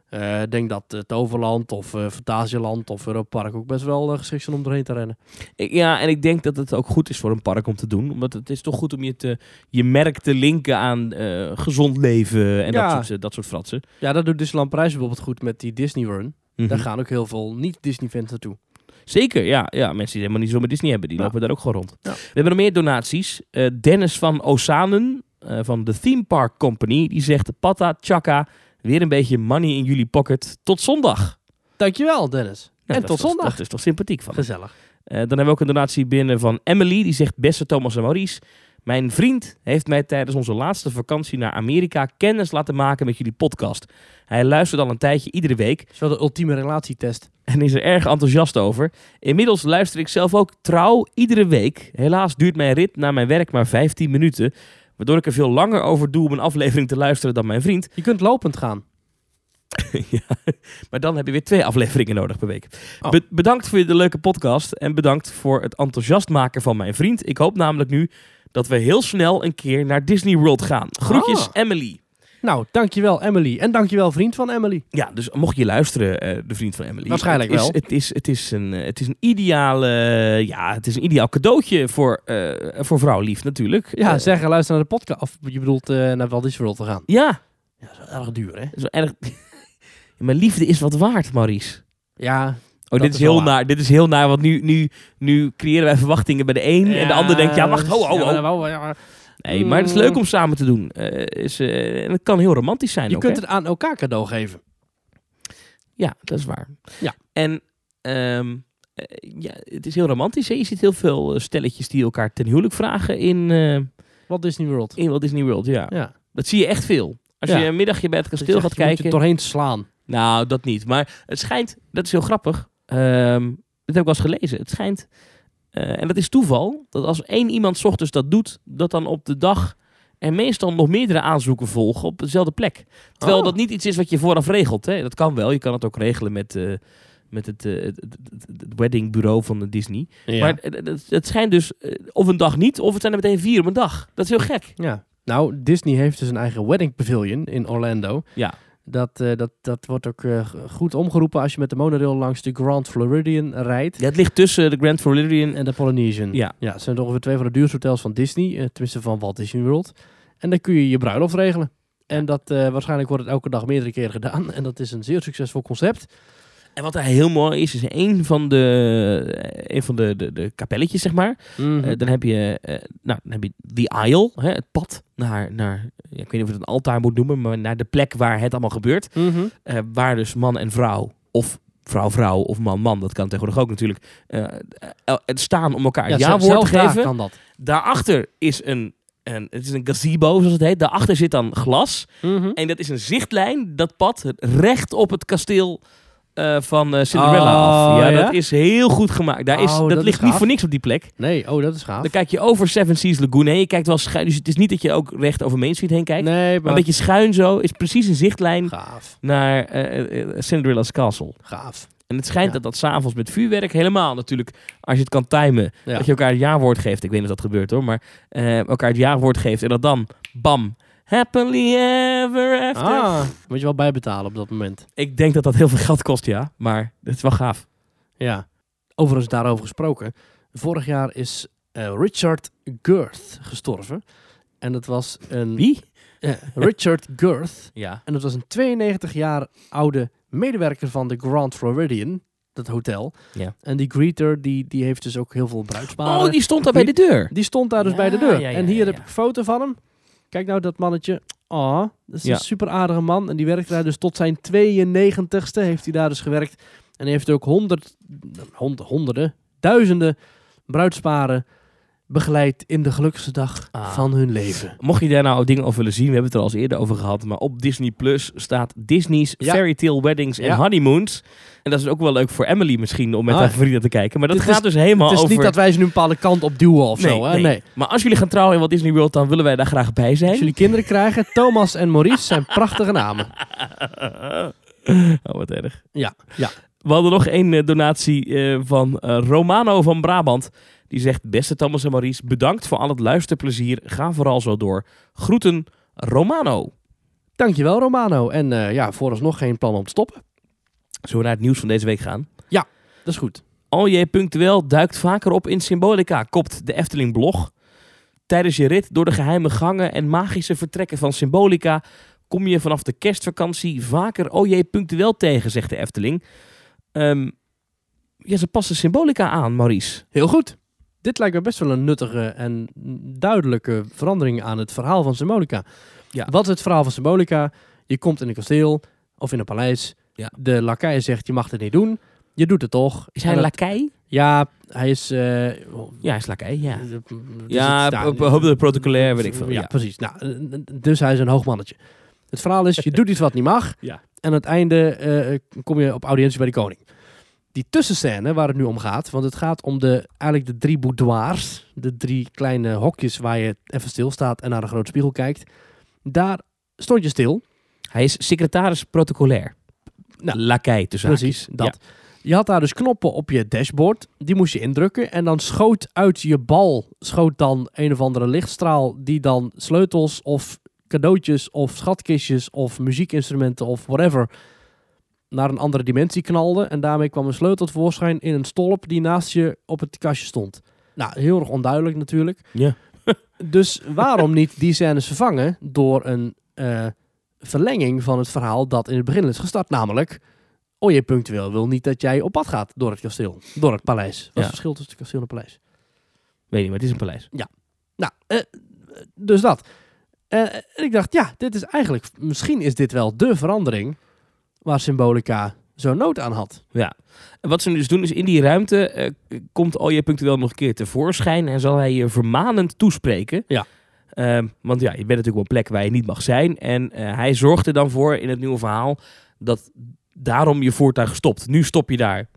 Eh, Ik denk dat het Toverland of eh Fantasieland of Europark ook best wel eh, geschikt zijn om doorheen te rennen.
Ik- Ja, en ik denk dat het ook goed is voor een park om te doen. Omdat het is toch goed om je, te, je merk te linken aan eh, gezond leven en
Ja.
dat, soort, eh, dat soort fratsen.
Ja, dat doet Disneyland Parijs bijvoorbeeld goed met die Disney run.
Mhm.
Daar gaan ook heel veel niet-Disney-fans naartoe.
Zeker, ja, ja. Mensen die helemaal niet zo met Disney hebben, die
Ja.
lopen daar ook gewoon rond.
Ja.
We hebben nog meer donaties. Eh, Dennis van Osanen eh, van de Theme Park Company, die zegt... Pata, chaka, weer een beetje money in jullie pocket. Tot zondag.
Dankjewel, Dennis.
Nou,
en
dat
tot
is toch-
zondag.
Dat is toch sympathiek van hem.
Gezellig.
Eh, dan hebben we ook een donatie binnen van Emily. Die zegt, beste Thomas en Maurice... Mijn vriend heeft mij tijdens onze laatste vakantie naar Amerika kennis laten maken met jullie podcast. Hij luistert al een tijdje iedere week
Dat is wel de ultieme relatietest.
en is er erg enthousiast over. Inmiddels luister ik zelf ook trouw iedere week. Helaas duurt mijn rit naar mijn werk maar 15 minuten, waardoor ik er veel langer over doe om een aflevering te luisteren dan mijn vriend.
Je kunt lopend gaan.
ja, maar dan heb je weer twee afleveringen nodig per week.
Oh.
Be- bedankt voor de leuke podcast en bedankt voor het enthousiast maken van mijn vriend. Ik hoop namelijk nu dat we heel snel een keer naar Disney World gaan. Groetjes,
Ah.
Emily.
Nou, dankjewel Emily. En dankjewel vriend van Emily.
Ja, dus mocht je luisteren, eh, de vriend van Emily.
Waarschijnlijk
het is,
wel.
Het is, het is, een, eh, het is een ideale, eh, ja, het is een ideaal cadeautje voor, eh voor vrouwlief natuurlijk.
Ja,
Eh,
zeggen, luister naar de podcast. Of je bedoelt eh, naar Walt Disney World te gaan.
ja,
Ja, dat is wel erg duur, hè?
zo erg. Mijn liefde is wat waard, Maurice.
Ja.
Oh,
Dat
dit is,
is wel
heel
waar.
naar, dit is heel naar, want nu, nu, nu creëren wij verwachtingen bij de een en de ander denkt, ja, wacht, ho, ho, ho. Nee, maar het is leuk om samen te doen. Eh, is, eh, en het kan heel romantisch zijn
Je
ook,
kunt
hè?
het aan elkaar cadeau geven.
Ja, dat is waar.
Ja.
En ehm, eh, ja, het is heel romantisch. Hè? Je ziet heel veel eh, stelletjes die elkaar ten huwelijk vragen in, eh
Walt Disney World.
in Walt Disney World. Ja.
Ja. Dus
Dat zie je echt veel. Als
Ja.
je een middagje bij het
Dat je
kasteel
echt-
gaat
je moet je
kijken.
doorheen slaan.
Nou, dat niet. Maar het schijnt, dat is heel grappig. Ehm, dat heb ik wel eens gelezen. Het schijnt, eh, en dat is toeval, dat als één iemand 's ochtends dat doet, dat dan op de dag en meestal nog meerdere aanzoeken volgen op dezelfde plek. Terwijl
Oh.
dat niet iets is wat je vooraf regelt. Hè? Dat kan wel. Je kan het ook regelen met, eh, met het, eh, het, het- het- het weddingbureau van de Disney.
Ja.
Maar het, het- het schijnt dus eh, of een dag niet, of het zijn er meteen vier op een dag. Dat is heel gek.
Ja. Nou, Disney heeft dus een eigen wedding pavilion in Orlando.
Ja.
Dat, eh, dat, dat wordt ook eh, g- goed omgeroepen als je met de monorail langs de Grand Floridian rijdt.
Ja, het ligt tussen eh, de Grand Floridian en...
En de Polynesian.
Ja.
ja het zijn ongeveer twee van de duurste hotels van Disney. eh, tenminste van Walt Disney World. En dan kun je je bruiloft regelen. En dat eh, waarschijnlijk wordt het elke dag meerdere keren gedaan. En dat is een zeer succesvol concept.
En wat daar heel mooi is, is een van de, eh, een van de, de, de kapelletjes, zeg maar. Eh, dan heb je, eh, nou, dan heb je The Isle, hè, het pad naar, naar ja, ik weet niet of je het een altaar moet noemen, maar naar de plek waar het allemaal gebeurt. Eh, waar dus man en vrouw, of vrouw-vrouw, of man-man, dat kan tegenwoordig ook natuurlijk, eh, el- het staan om elkaar
Ja,
het ja-woord te
zelfs daar
geven.
kan dat.
Daarachter is een, een, het is een gazebo, zoals het heet. Daarachter zit dan glas. En dat is een zichtlijn, dat pad, recht op het kasteel eh, van eh, Cinderella
Oh,
af. Ja,
ja?
dat is heel goed gemaakt. Daar is,
Oh,
dat,
dat is
ligt niet
gaaf.
voor niks op die plek.
Nee, oh, dat is gaaf.
Dan kijk je over Seven Seas Lagoon heen. Je kijkt wel schuin, dus het is niet dat je ook recht over Main Street heen kijkt.
nee,
Maar
maar
een beetje schuin zo, is precies een zichtlijn
gaaf.
naar eh, eh, Cinderella's Castle.
Gaaf.
En het schijnt
Ja.
dat dat s'avonds met vuurwerk helemaal natuurlijk, als je het kan timen,
Ja.
dat je elkaar het jaarwoord geeft. Ik weet niet of dat gebeurt hoor, maar eh, elkaar het jaarwoord geeft en dat dan, bam, happily ever after.
Ah, moet je wel bijbetalen op dat moment.
Ik denk dat dat heel veel geld kost, ja, maar het is wel gaaf.
Ja. Overigens daarover gesproken. Vorig jaar is eh, Richard Girth gestorven. En dat was een...
Wie?
Ja, Richard Girth.
Ja.
En dat was een 92 jaar oude medewerker van de Grand Floridian. Dat hotel.
Ja.
En die greeter, die, die heeft dus ook heel veel bruidsparen.
Oh, die stond daar bij de deur.
Die stond daar dus
Ja,
bij de deur.
ja, ja,
en hier
ja,
heb
ja.
ik een foto van hem. Kijk nou dat mannetje. Ah, dat is
Ja.
een super aardige man. En die werkt daar dus tot zijn 92ste heeft hij daar dus gewerkt. En hij heeft ook honderd, hond- honderden, duizenden bruidsparen begeleid in de gelukkigste dag
Ah.
van hun leven.
Mocht je daar nou dingen over willen zien, we hebben het er al eens eerder over gehad, maar op Disney Plus staat Disney's
Ja.
Fairy Tale Weddings en
Ja.
Honeymoons. En dat is ook wel leuk voor Emily misschien om met
Ah.
haar vrienden te kijken, maar dat
Dit
gaat
is-
dus helemaal
Het is
over...
niet dat wij ze nu een bepaalde kant op duwen of
Nee,
zo. Hè?
nee.
Nee.
Maar als jullie gaan trouwen in Walt Disney World, dan willen wij daar graag bij zijn.
Als jullie kinderen krijgen, Thomas en Maurice zijn prachtige namen.
oh, wat erg.
Ja, ja.
We hadden nog één eh, donatie eh, van eh, Romano van Brabant. Die zegt, beste Thomas en Maries, bedankt voor al het luisterplezier. Ga vooral zo door. Groeten, Romano.
Dankjewel Romano. En eh ja, vooralsnog geen plan om te stoppen.
Zullen we naar het nieuws van deze week gaan?
Dat is goed.
Alj.wel duikt vaker op in Symbolica, kopt de Efteling blog. Tijdens je rit door de geheime gangen en magische vertrekken van Symbolica kom je vanaf de kerstvakantie vaker OJ.wel tegen, zegt de Efteling. Ehm, ja, ze passen Symbolica aan, Maurice.
Heel goed. Dit lijkt me best wel een nuttige en duidelijke verandering aan het verhaal van Symbolica.
Ja.
Wat is het verhaal van Symbolica? Je komt in een kasteel of in een paleis.
Ja.
De lakai zegt, je mag dit niet doen. Je doet het toch.
Is hij
En
een
dat-
lakij?
Ja, hij is... eh, oh,
Ja, hij is lakij, ja.
eh, dus
Ja,
het- nou,
op- op- op- op- protocolair, weet ik veel.
Ja,
Ja.
precies. Nou, eh, eh, dus hij is een hoogmannetje. Het verhaal is, je doet iets wat niet mag.
Ja.
En aan het einde eh, kom je op audiëntie bij de koning. Die tussenscène waar het nu om gaat, want het gaat om de, eigenlijk de drie boudoirs, de drie kleine hokjes waar je even stilstaat en naar een grote spiegel kijkt. Daar stond je stil,
Hij is secretaris protocolair.
Nou,
lakij tussen
precies
haakjes.
dat. Je had daar dus knoppen op je dashboard, die moest je indrukken en dan schoot uit je bal, schoot dan een of andere lichtstraal die dan sleutels of cadeautjes of schatkistjes of muziekinstrumenten of whatever naar een andere dimensie knalde. En daarmee kwam een sleutel tevoorschijn in een stolp die naast je op het kastje stond. Nou, heel erg onduidelijk natuurlijk.
Ja.
dus waarom niet die scènes vervangen door een eh, verlenging van het verhaal dat in het begin is gestart? Namelijk, oh je punctueel wil niet dat jij op pad gaat door het kasteel, door het paleis. Wat is
Ja.
het verschil tussen het kasteel en het paleis?
Weet niet, maar het is een paleis.
Nou, eh, dus dat. Eh, en ik dacht, ja, dit is eigenlijk, misschien is dit wel de verandering waar Symbolica zo'n nood aan had.
En Wat ze nu dus doen is in die ruimte eh, k- komt OJ.wel nog een keer tevoorschijn en zal hij je vermanend toespreken.
Ja.
Ehm, want ja, je bent natuurlijk op een plek waar je niet mag zijn. En eh, hij zorgt er dan voor in het nieuwe verhaal dat daarom je voertuig stopt. Nu stop je daar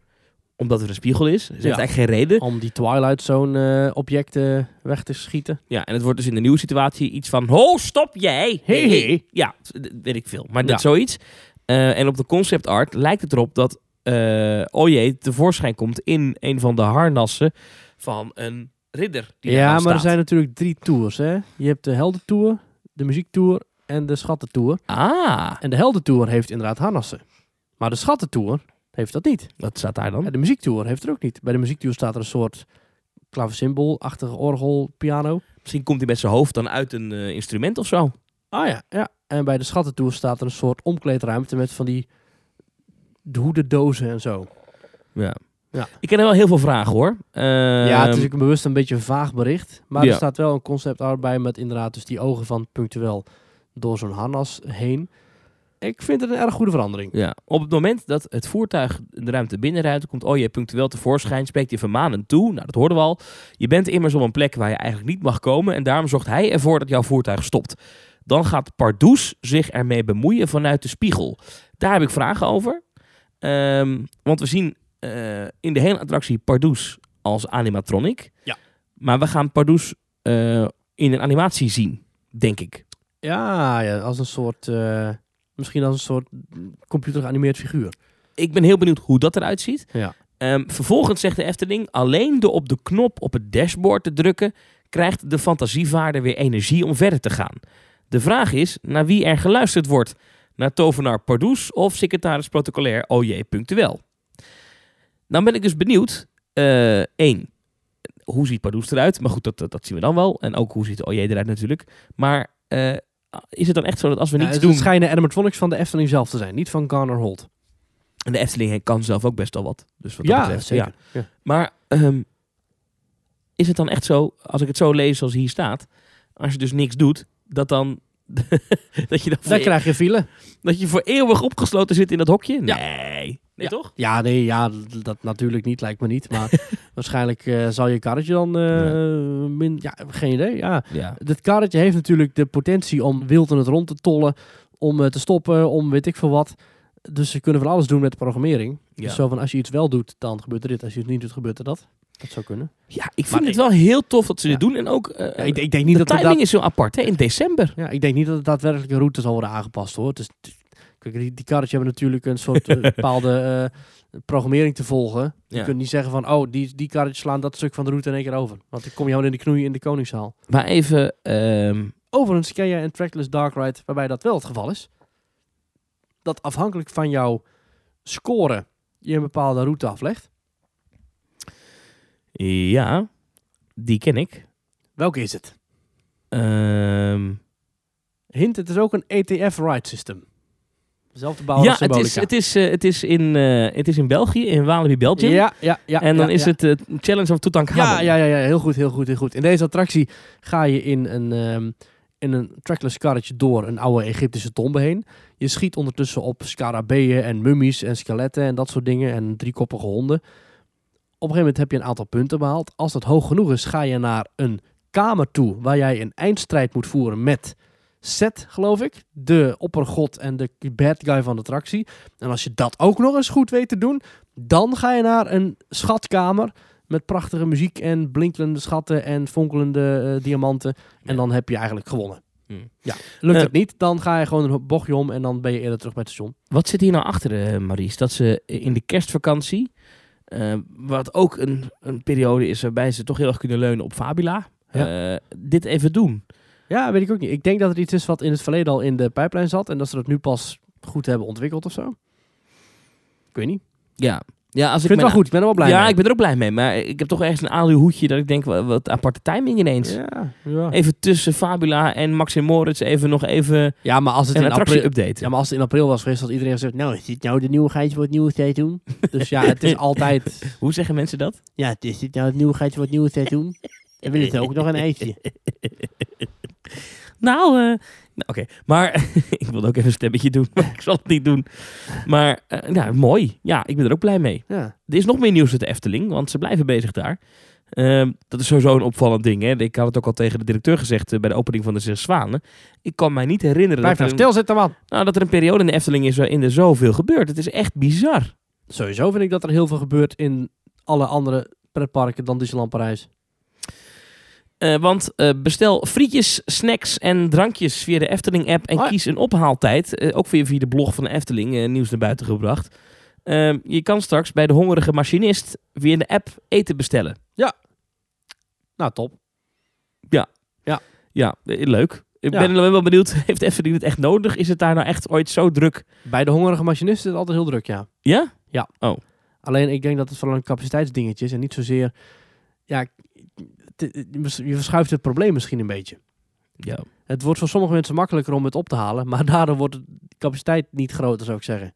omdat er een spiegel is. Dat heeft
Ja.
eigenlijk geen reden.
Om die Twilight Zone eh, objecten weg te schieten.
Ja, en het wordt dus in de nieuwe situatie iets van... Ho, stop jij!
Hey, hey.
Ja, d- weet ik veel. Maar dat
Ja.
zoiets. Eh, en op de concept art lijkt het erop dat eh Oje tevoorschijn komt in een van de harnassen van een ridder. Die
ja, maar
eraan
er
staat.
zijn natuurlijk drie tours. Hè? Je hebt de heldentour, de muziektour en de schattentour.
Ah,
En de heldentour heeft inderdaad harnassen. Maar de schattentour heeft dat niet.
wat staat daar dan?
En de muziektour heeft er ook niet. Bij de muziektour staat er een soort klavecymbool-achtige orgel, piano.
Misschien komt hij met zijn hoofd dan uit een eh, instrument of zo.
Ah ja, ja. En bij de schattentour staat er een soort omkleedruimte met van die de- hoe de dozen en zo.
Ja.
Ja.
Ik ken er wel heel veel vragen hoor. Ehm,
ja, het is ook bewust een beetje een vaag bericht. Maar
ja.
er staat wel een concept art bij met inderdaad dus die ogen van punctueel door zo'n harnas heen. Ik vind het een erg goede verandering.
ja. Op het moment dat het voertuig de ruimte binnenruimt, komt oh je punctueel tevoorschijn, spreekt je vermanend toe. Nou, dat hoorden we al. Je bent immers op een plek waar je eigenlijk niet mag komen en daarom zorgt hij ervoor dat jouw voertuig stopt. Dan gaat Pardoes zich ermee bemoeien vanuit de spiegel. Daar heb ik vragen over. Ehm, want we zien eh, in de hele attractie Pardoes als animatronic.
Ja.
Maar we gaan Pardoes eh, in een animatie zien, denk ik.
Ja, ja als een soort, eh, misschien als een soort computer geanimeerd figuur.
Ik ben heel benieuwd hoe dat eruit ziet.
Ja.
Ehm, vervolgens zegt de Efteling, alleen door op de knop op het dashboard te drukken, krijgt de fantasievaarder weer energie om verder te gaan. De vraag is naar wie er geluisterd wordt. Naar tovenaar Pardoes of secretaris protocolair OJ Punctueel. Dan ben ik dus benieuwd. eh, één, hoe ziet Pardoes eruit? Maar goed, dat, dat, dat zien we dan wel. En ook hoe ziet de OJ eruit natuurlijk. Maar eh, is het dan echt zo dat als we
Ja, Nou,
niets
het,
doen...
het schijnen animatronics van de Efteling zelf te zijn, niet van Garner Holt.
En de Efteling kan zelf ook best wel wat. Dus wat dat betreft, ja.
Ja.
Maar ehm, is het dan echt zo, als ik het zo lees zoals hier staat, als je dus niks doet, dat dan. dat, je dan voor,
Dan krijg je file.
dat je voor eeuwig opgesloten zit in dat hokje?
Ja.
Nee. Nee,
Ja.
toch?
Ja, nee, ja, d- dat natuurlijk niet, lijkt me niet. Maar waarschijnlijk eh, zal je karretje dan... eh, min, ja, geen idee, ja.
Ja.
Dit karretje heeft natuurlijk de potentie om wild in het rond te tollen, om eh, te stoppen, om weet ik veel wat. Dus ze kunnen van alles doen met de programmering.
Ja,
Dus zo van, als je iets wel doet, dan gebeurt er dit. Als je het niet doet, gebeurt er dat. Dat zou kunnen.
ja ik vind
Maar
het
ik-
wel heel tof dat ze dit
Ja.
doen. En ook. eh,
Ja, ik, ik denk niet
de
dat we
timing is zo apart, hè? In december.
Ja, ik denk niet dat het daadwerkelijk een route zal worden aangepast hoor. Het is, het is- kijk, die, die karretjes hebben natuurlijk een soort eh, bepaalde eh, programmering te volgen. Je
Ja.
kunt niet zeggen van, oh, die, die karretjes slaan dat stuk van de route in één keer over. Want dan kom je gewoon in de knoei in de koningszaal.
Maar even. ehm,
Overigens ken jij een trackless dark ride waarbij dat wel het geval is. Dat afhankelijk van jouw score je een bepaalde route aflegt.
ja, die ken ik.
Welke is het?
Ehm,
Hint, het is ook een ETF ride system. Dezelfde bouw
ja,
als
het is,
Symbolica.
het, is, eh, het, is in, eh, het is in België, in Walibi, België.
Ja, ja, ja.
en dan
ja,
is
ja.
het eh, Challenge of Tutankhamun.
Ja, ja, ja, ja, heel goed, heel goed, heel goed. In deze attractie ga je in een, ehm, in een trackless karretje door een oude Egyptische tombe heen. Je schiet ondertussen op scarabeeën en mummies en skeletten en dat soort dingen en driekoppige honden. Op een gegeven moment heb je een aantal punten behaald. Als dat hoog genoeg is, ga je naar een kamer toe waar jij een eindstrijd moet voeren met Set, geloof ik. De oppergod en de bad guy van de attractie. En als je dat ook nog eens goed weet te doen, dan ga je naar een schatkamer met prachtige muziek en blinkelende schatten en fonkelende eh, diamanten. En
Ja.
dan heb je eigenlijk gewonnen.
Hmm.
Ja. Lukt
Eh.
het niet, dan ga je gewoon een bochtje om en dan ben je eerder terug bij het station.
Wat zit hier nou achter, eh Maries? Dat ze in de kerstvakantie, eh, wat ook een, een periode is waarbij ze toch heel erg kunnen leunen op Fabula, eh, dit even doen.
Ja, weet ik ook niet. Ik denk dat het iets is wat in het verleden al in de pijplijn zat. En dat ze dat nu pas goed hebben ontwikkeld of zo. Ik weet niet. Ik
Ja, ja als ik,
vind het wel
mijn-
goed. Ik ben er wel blij
ja,
mee.
ik ben er ook blij mee. Maar ik heb toch ergens een aluhoedje dat ik denk, wa- wat aparte timing ineens.
Ja, ja.
Even tussen Fabula en Maxim Moritz even nog even
ja, maar als het
een
in april...
attractie-update.
Ja, maar als het in april was geweest, had iedereen gezegd... Nou, is dit nou de nieuwigheid wat nieuwigheid doen? dus ja, het is altijd...
Hoe zeggen mensen dat?
Ja, is dit nou het nieuwigheid wat nieuwigheid doen? Dan willen ze ook nog een ijsje.
Nou, eh, nou, oké. Maar ik wilde ook even een stemmetje doen, maar ik zal het niet doen. Maar eh, nou, mooi. Ja, ik ben er ook blij mee.
Ja.
Er is nog meer nieuws uit de Efteling, want ze blijven bezig daar. Ehm, dat is sowieso een opvallend ding. Hè? Ik had het ook al tegen de directeur gezegd eh, bij de opening van de Zes Zwanen. Ik kan mij niet herinneren dat
Blijf
er,
nou
een,
stilzitten, man.
nou, dat er een periode in de Efteling is waarin er zoveel gebeurt. Het is echt bizar.
Sowieso vind ik dat er heel veel gebeurt in alle andere pretparken dan Disneyland Parijs.
Eh, want eh, bestel frietjes, snacks en drankjes via de Efteling-app en
Oh ja.
kies een ophaaltijd. Eh, ook weer via de blog van de Efteling, eh, nieuws naar buiten gebracht. Ehm, je kan straks bij de hongerige machinist via de app eten bestellen.
Nou, top.
Ja, eh, leuk. Ik
Ja.
ben wel benieuwd, heeft de Efteling het echt nodig? Is het daar nou echt ooit zo druk?
Bij de hongerige machinist is het altijd heel druk, ja.
Ja?
Alleen ik denk dat het vooral een capaciteitsdingetje is en niet zozeer... Ja, het- het- je verschuift het probleem misschien een beetje.
Ja.
Het wordt voor sommige mensen makkelijker om het op te halen, maar daardoor wordt de capaciteit niet groter, zou ik zeggen.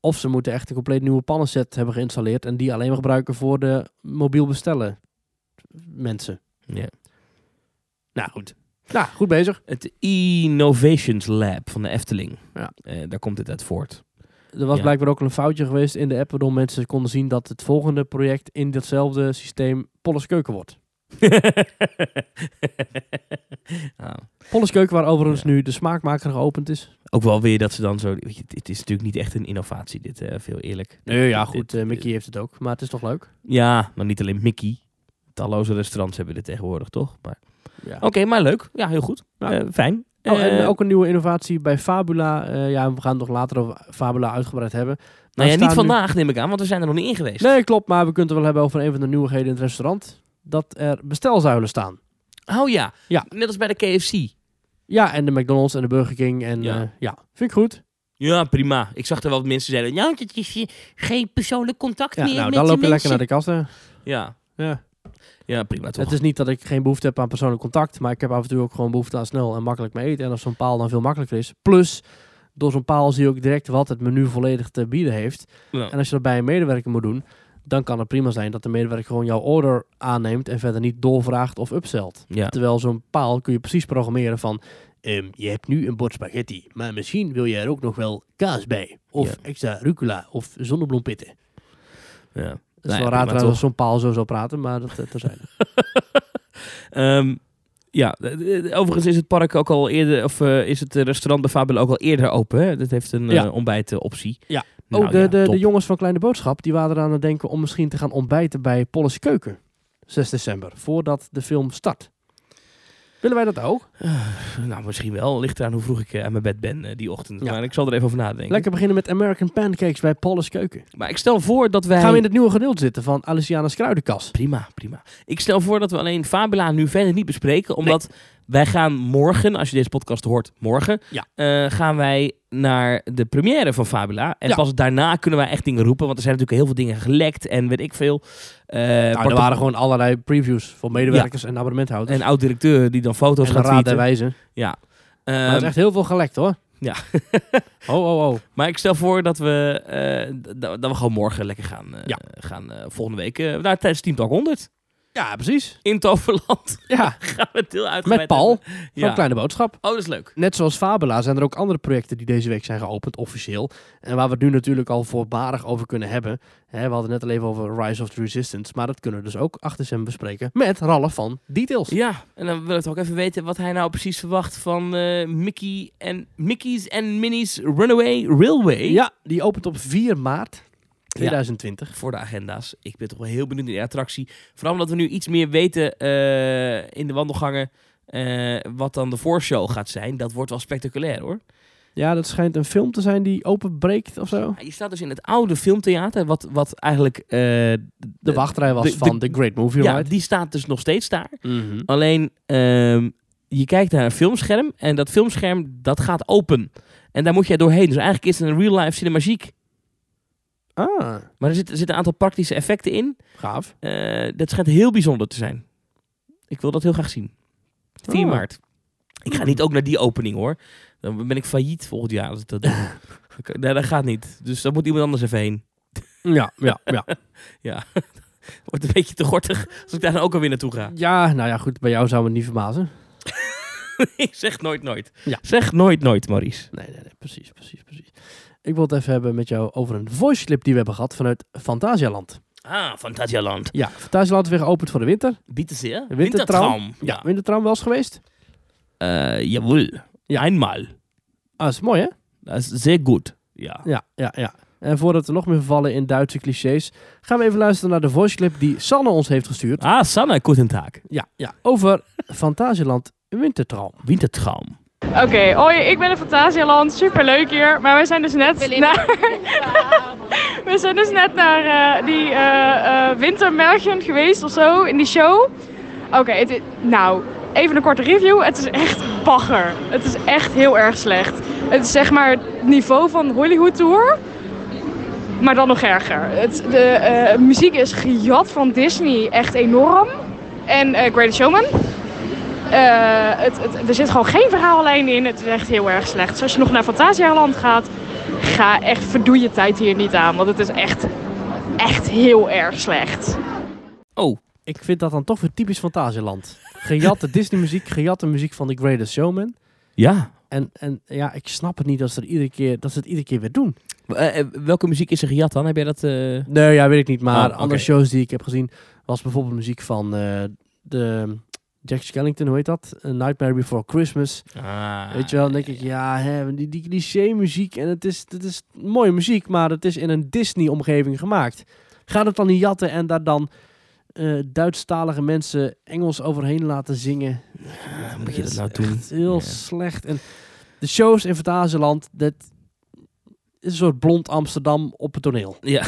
Of ze moeten echt een compleet nieuwe pannenset hebben geïnstalleerd en die alleen maar gebruiken voor de mobiel bestellen mensen.
Ja.
Nou goed. Nou, goed bezig.
Het Innovations Lab van de Efteling.
Ja.
Eh, daar komt dit uit voort.
Er was
Ja.
blijkbaar ook al een foutje geweest in de app waardoor mensen konden zien dat het volgende project in datzelfde systeem Polles Keuken wordt.
Nou,
Polles Keuken waar overigens
Ja.
nu de smaakmaker geopend is.
ook wel weer dat ze dan zo... Weet je, het is natuurlijk niet echt een innovatie dit, hè, veel eerlijk.
Nee, ja
Dit-
goed,
dit-
eh, Mickey heeft het ook, maar het is toch leuk?
Ja, nou niet alleen Mickey. Talloze restaurants hebben dit tegenwoordig, toch? Maar...
Ja.
Oké, maar leuk. Ja, heel goed.
Ja.
Eh, fijn.
Oh, en
Eh,
ook een nieuwe innovatie bij Fabula. Eh, ja, we gaan het nog later over Fabula uitgebreid hebben. Maar
nou ja,
staan
niet
nu-
vandaag neem ik aan, want we zijn er nog niet in geweest.
Nee, klopt, maar we kunnen het wel hebben over een van de nieuwigheden in het restaurant. Dat er bestelzuilen staan.
Oh ja.
Ja.
net als bij de KFC.
Ja, en de McDonald's en de Burger King. En
Ja.
ja, ja. vind ik goed.
Ja, prima. Ik zag er wel wat mensen zeiden, ja, het is eh, geen persoonlijk contact
Ja,
meer
nou,
met
dan
de
loop je lekker
mensen.
naar de kassa.
Ja,
Ja.
ja prima toch.
Het is niet dat ik geen behoefte heb aan persoonlijk contact, maar ik heb af en toe ook gewoon behoefte aan snel en makkelijk mee eten. En als zo'n paal dan veel makkelijker is. Plus, door zo'n paal zie je ook direct wat het menu volledig te bieden heeft.
Ja.
En als je dat bij een medewerker moet doen, dan kan het prima zijn dat de medewerker gewoon jouw order aanneemt en verder niet doorvraagt of upselt.
Ja.
Terwijl zo'n paal kun je precies programmeren van, ehm, je hebt nu een bord spaghetti, maar misschien wil je er ook nog wel kaas bij. Of
Ja.
extra rucola of zonnebloempitten. Het is
Ja. Nou ja, prima
wel raar trouwens
toch.
als zo'n paal zo zou praten, maar dat eh, terzijde.
Ehm, ja, de- de- de- overigens is het park ook al eerder, of eh, is het eh, restaurant bij Fabula ook al eerder open. Hè? Dat heeft een
Ja.
eh, ontbijtoptie.
Ja.
Nou
oh, de,
ja,
de,
top.
de jongens van Kleine Boodschap, die waren eraan aan het denken om misschien te gaan ontbijten bij Polles Keuken. 6 december, voordat de film start. Willen wij dat ook?
Nou, misschien wel. Ligt eraan hoe vroeg ik eh, aan mijn bed ben eh, die ochtend.
Ja.
Maar ik zal er even over nadenken.
Lekker beginnen met American Pancakes bij Polles Keuken.
Maar ik stel voor dat wij...
Gaan we in het nieuwe gedeelte zitten van Aliciana's Kruidenkas.
Prima, prima. Ik stel voor dat we alleen Fabula nu verder niet bespreken. Omdat wij gaan morgen, als je deze podcast hoort, morgen...
Ja.
eh, gaan wij naar de première van Fabula. En
Ja.
pas daarna kunnen wij echt dingen roepen. Want er zijn natuurlijk heel veel dingen gelekt en weet ik veel. Eh,
nou, er
Bart-
waren gewoon allerlei previews voor medewerkers en abonnementhouders.
En oud-directeur die dan foto's
en
gaat
raad en
tweeten.
wijze.
Ja.
Maar er is
Ehm,
echt heel veel gelekt hoor.
Ja.
oh, oh, oh.
Maar ik stel voor dat we, eh, d- dat dat we gewoon morgen lekker gaan. eh,
Ja.
gaan eh, volgende week eh, naar tijdens Team Talk 100.
Ja, precies.
In Toverland
Ja,
gaan we het heel uitgebreid
met Paul
hebben.
van
Ja.
Kleine Boodschap.
Oh, dat is leuk.
Net zoals Fabula zijn er ook andere projecten die deze week zijn geopend, officieel. En waar we het nu natuurlijk al voorbarig over kunnen hebben. Hè, we hadden het net al even over Rise of the Resistance. Maar dat kunnen we dus ook 8 december bespreken met Ralf van Details.
Ja, en dan wil ik ook even weten wat hij nou precies verwacht van eh, Mickey en Mickey's en Minnie's Runaway Railway.
Ja, die opent op 4 maart 2020.
Voor de agenda's. Ik ben toch wel heel benieuwd naar die attractie. Vooral omdat we nu iets meer weten eh, in de wandelgangen. eh, wat dan de voorshow gaat zijn. Dat wordt wel spectaculair hoor.
Ja. dat schijnt een film te zijn die openbreekt of zo.
Ja, Je staat dus in het oude filmtheater, wat, wat eigenlijk... eh,
De wachtrij was
de- de-
van The Great Movie
ja,
Ride.
die staat dus nog steeds daar.
Mhm.
Alleen, ehm, je kijkt naar een filmscherm en dat filmscherm, dat gaat open. En daar moet jij doorheen. Dus eigenlijk is het een real-life cinemagiek.
Ah,
Maar er zitten er zitten een aantal praktische effecten in.
gaaf.
Eh, dat schijnt heel bijzonder te zijn. Ik wil dat heel graag zien. 4
Ah.
maart. Ik ga niet ook naar die opening hoor. Dan ben ik failliet volgend jaar als ik dat doe. Oké, nee, dat gaat niet. Dus daar moet iemand anders even heen.
Ja, ja, ja.
Ja, wordt een beetje te gortig als ik daar dan ook alweer naartoe ga.
Ja, nou ja, goed, bij jou zou het niet verbazen.
Ik zeg nooit nooit.
Ja.
Zeg nooit nooit, Maurice.
Nee, nee, nee, precies, precies, precies. Ik wil het even hebben met jou over een voice clip die we hebben gehad vanuit Fantasialand.
Ah, Fantasialand.
Ja, Fantasialand is weer geopend voor de winter.
Bieten ze?
Wintertraum?
Wintertraum.
Ja. Wintertraum wel eens geweest?
Eh, jawohl. Ja. Eenmaal.
Ah, is mooi hè?
Dat is zeer goed. Ja.
Ja, ja, ja. En voordat we nog meer vervallen in Duitse clichés, gaan we even luisteren naar de voice clip die Sanne ons heeft gestuurd.
Ah, Sanne, guten Tag.
Ja, ja. Over Fantasialand Wintertraum.
Wintertraum.
Oké, hoi, ik ben in Fantasialand. Superleuk hier. Maar wij zijn dus net naar, we zijn dus net naar eh, die eh eh wintermärchen geweest of zo, in die show. Oké, het i- nou, even een korte review. Het is echt bagger. Het is echt heel erg slecht. Het is zeg maar het niveau van Hollywood Tour. Maar dan nog erger. Het, de eh, muziek is gejat van Disney, echt enorm. En eh Greatest Showman. Eh, het, het- er zit gewoon geen verhaallijn in. Het is echt heel erg slecht. Dus als je nog naar Fantasialand gaat, ga echt verdoe je tijd hier niet aan. Want het is echt, echt heel erg slecht.
Oh,
Ik vind dat dan toch weer typisch Fantasieland. Gejatte Disney-muziek, gejatte muziek van The Greatest Showman.
ja.
En, en ja, ik snap het niet dat ze, er iedere keer, dat ze het iedere keer weer doen.
Eh, eh, welke muziek is er gejat dan? Heb jij dat... eh,
Nee, ja, weet ik niet. Maar
Oh, oké.
andere shows die ik heb gezien was bijvoorbeeld muziek van eh, de Jack Skellington, hoe heet dat? A Nightmare Before Christmas.
Ah.
weet je wel, dan denk ik, ja, hè, die, die cliché muziek. En het is, het is mooie muziek, maar het is in een Disney-omgeving gemaakt. Gaat het dan niet jatten en daar dan eh Duitsstalige mensen Engels overheen laten zingen?
Ja, moet je dat nou
is
doen?
echt heel
Ja.
slecht. En de shows in Fantasieland, dat is een soort blond Amsterdam op het toneel.
nou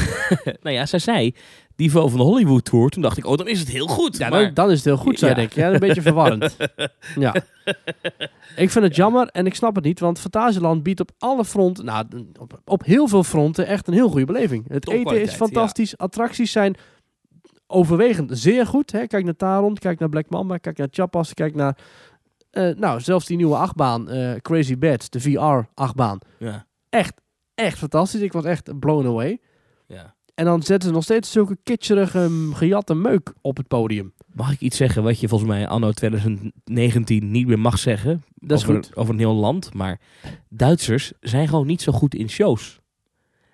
ja, zij zei, die van de Hollywood Tour, toen dacht ik, oh, dan is het heel goed.
Ja,
maar,
dan, dan is het heel goed, zou je
Ja.
denken. Ja, een beetje verwarrend. Ja. Ik vind het jammer en ik snap het niet, want Fantasieland biedt op alle fronten, nou, op, op heel veel fronten echt een heel goede beleving. Het eten
Topkwaliteit,
is fantastisch, attracties zijn overwegend zeer goed. Hè. Kijk naar Taron, kijk naar Black Mamba, kijk naar Chapas, kijk naar, eh, nou, zelfs die nieuwe achtbaan, eh, Crazy Bats, de VR-achtbaan.
ja,
Echt, echt fantastisch. Ik was echt blown away.
ja.
En dan zetten ze nog steeds zulke kitscherige, mm, gejatte meuk op het podium.
Mag ik iets zeggen wat je volgens mij anno 2019 niet meer mag zeggen?
Dat is
over,
goed.
Over een heel land, maar Duitsers zijn gewoon niet zo goed in shows.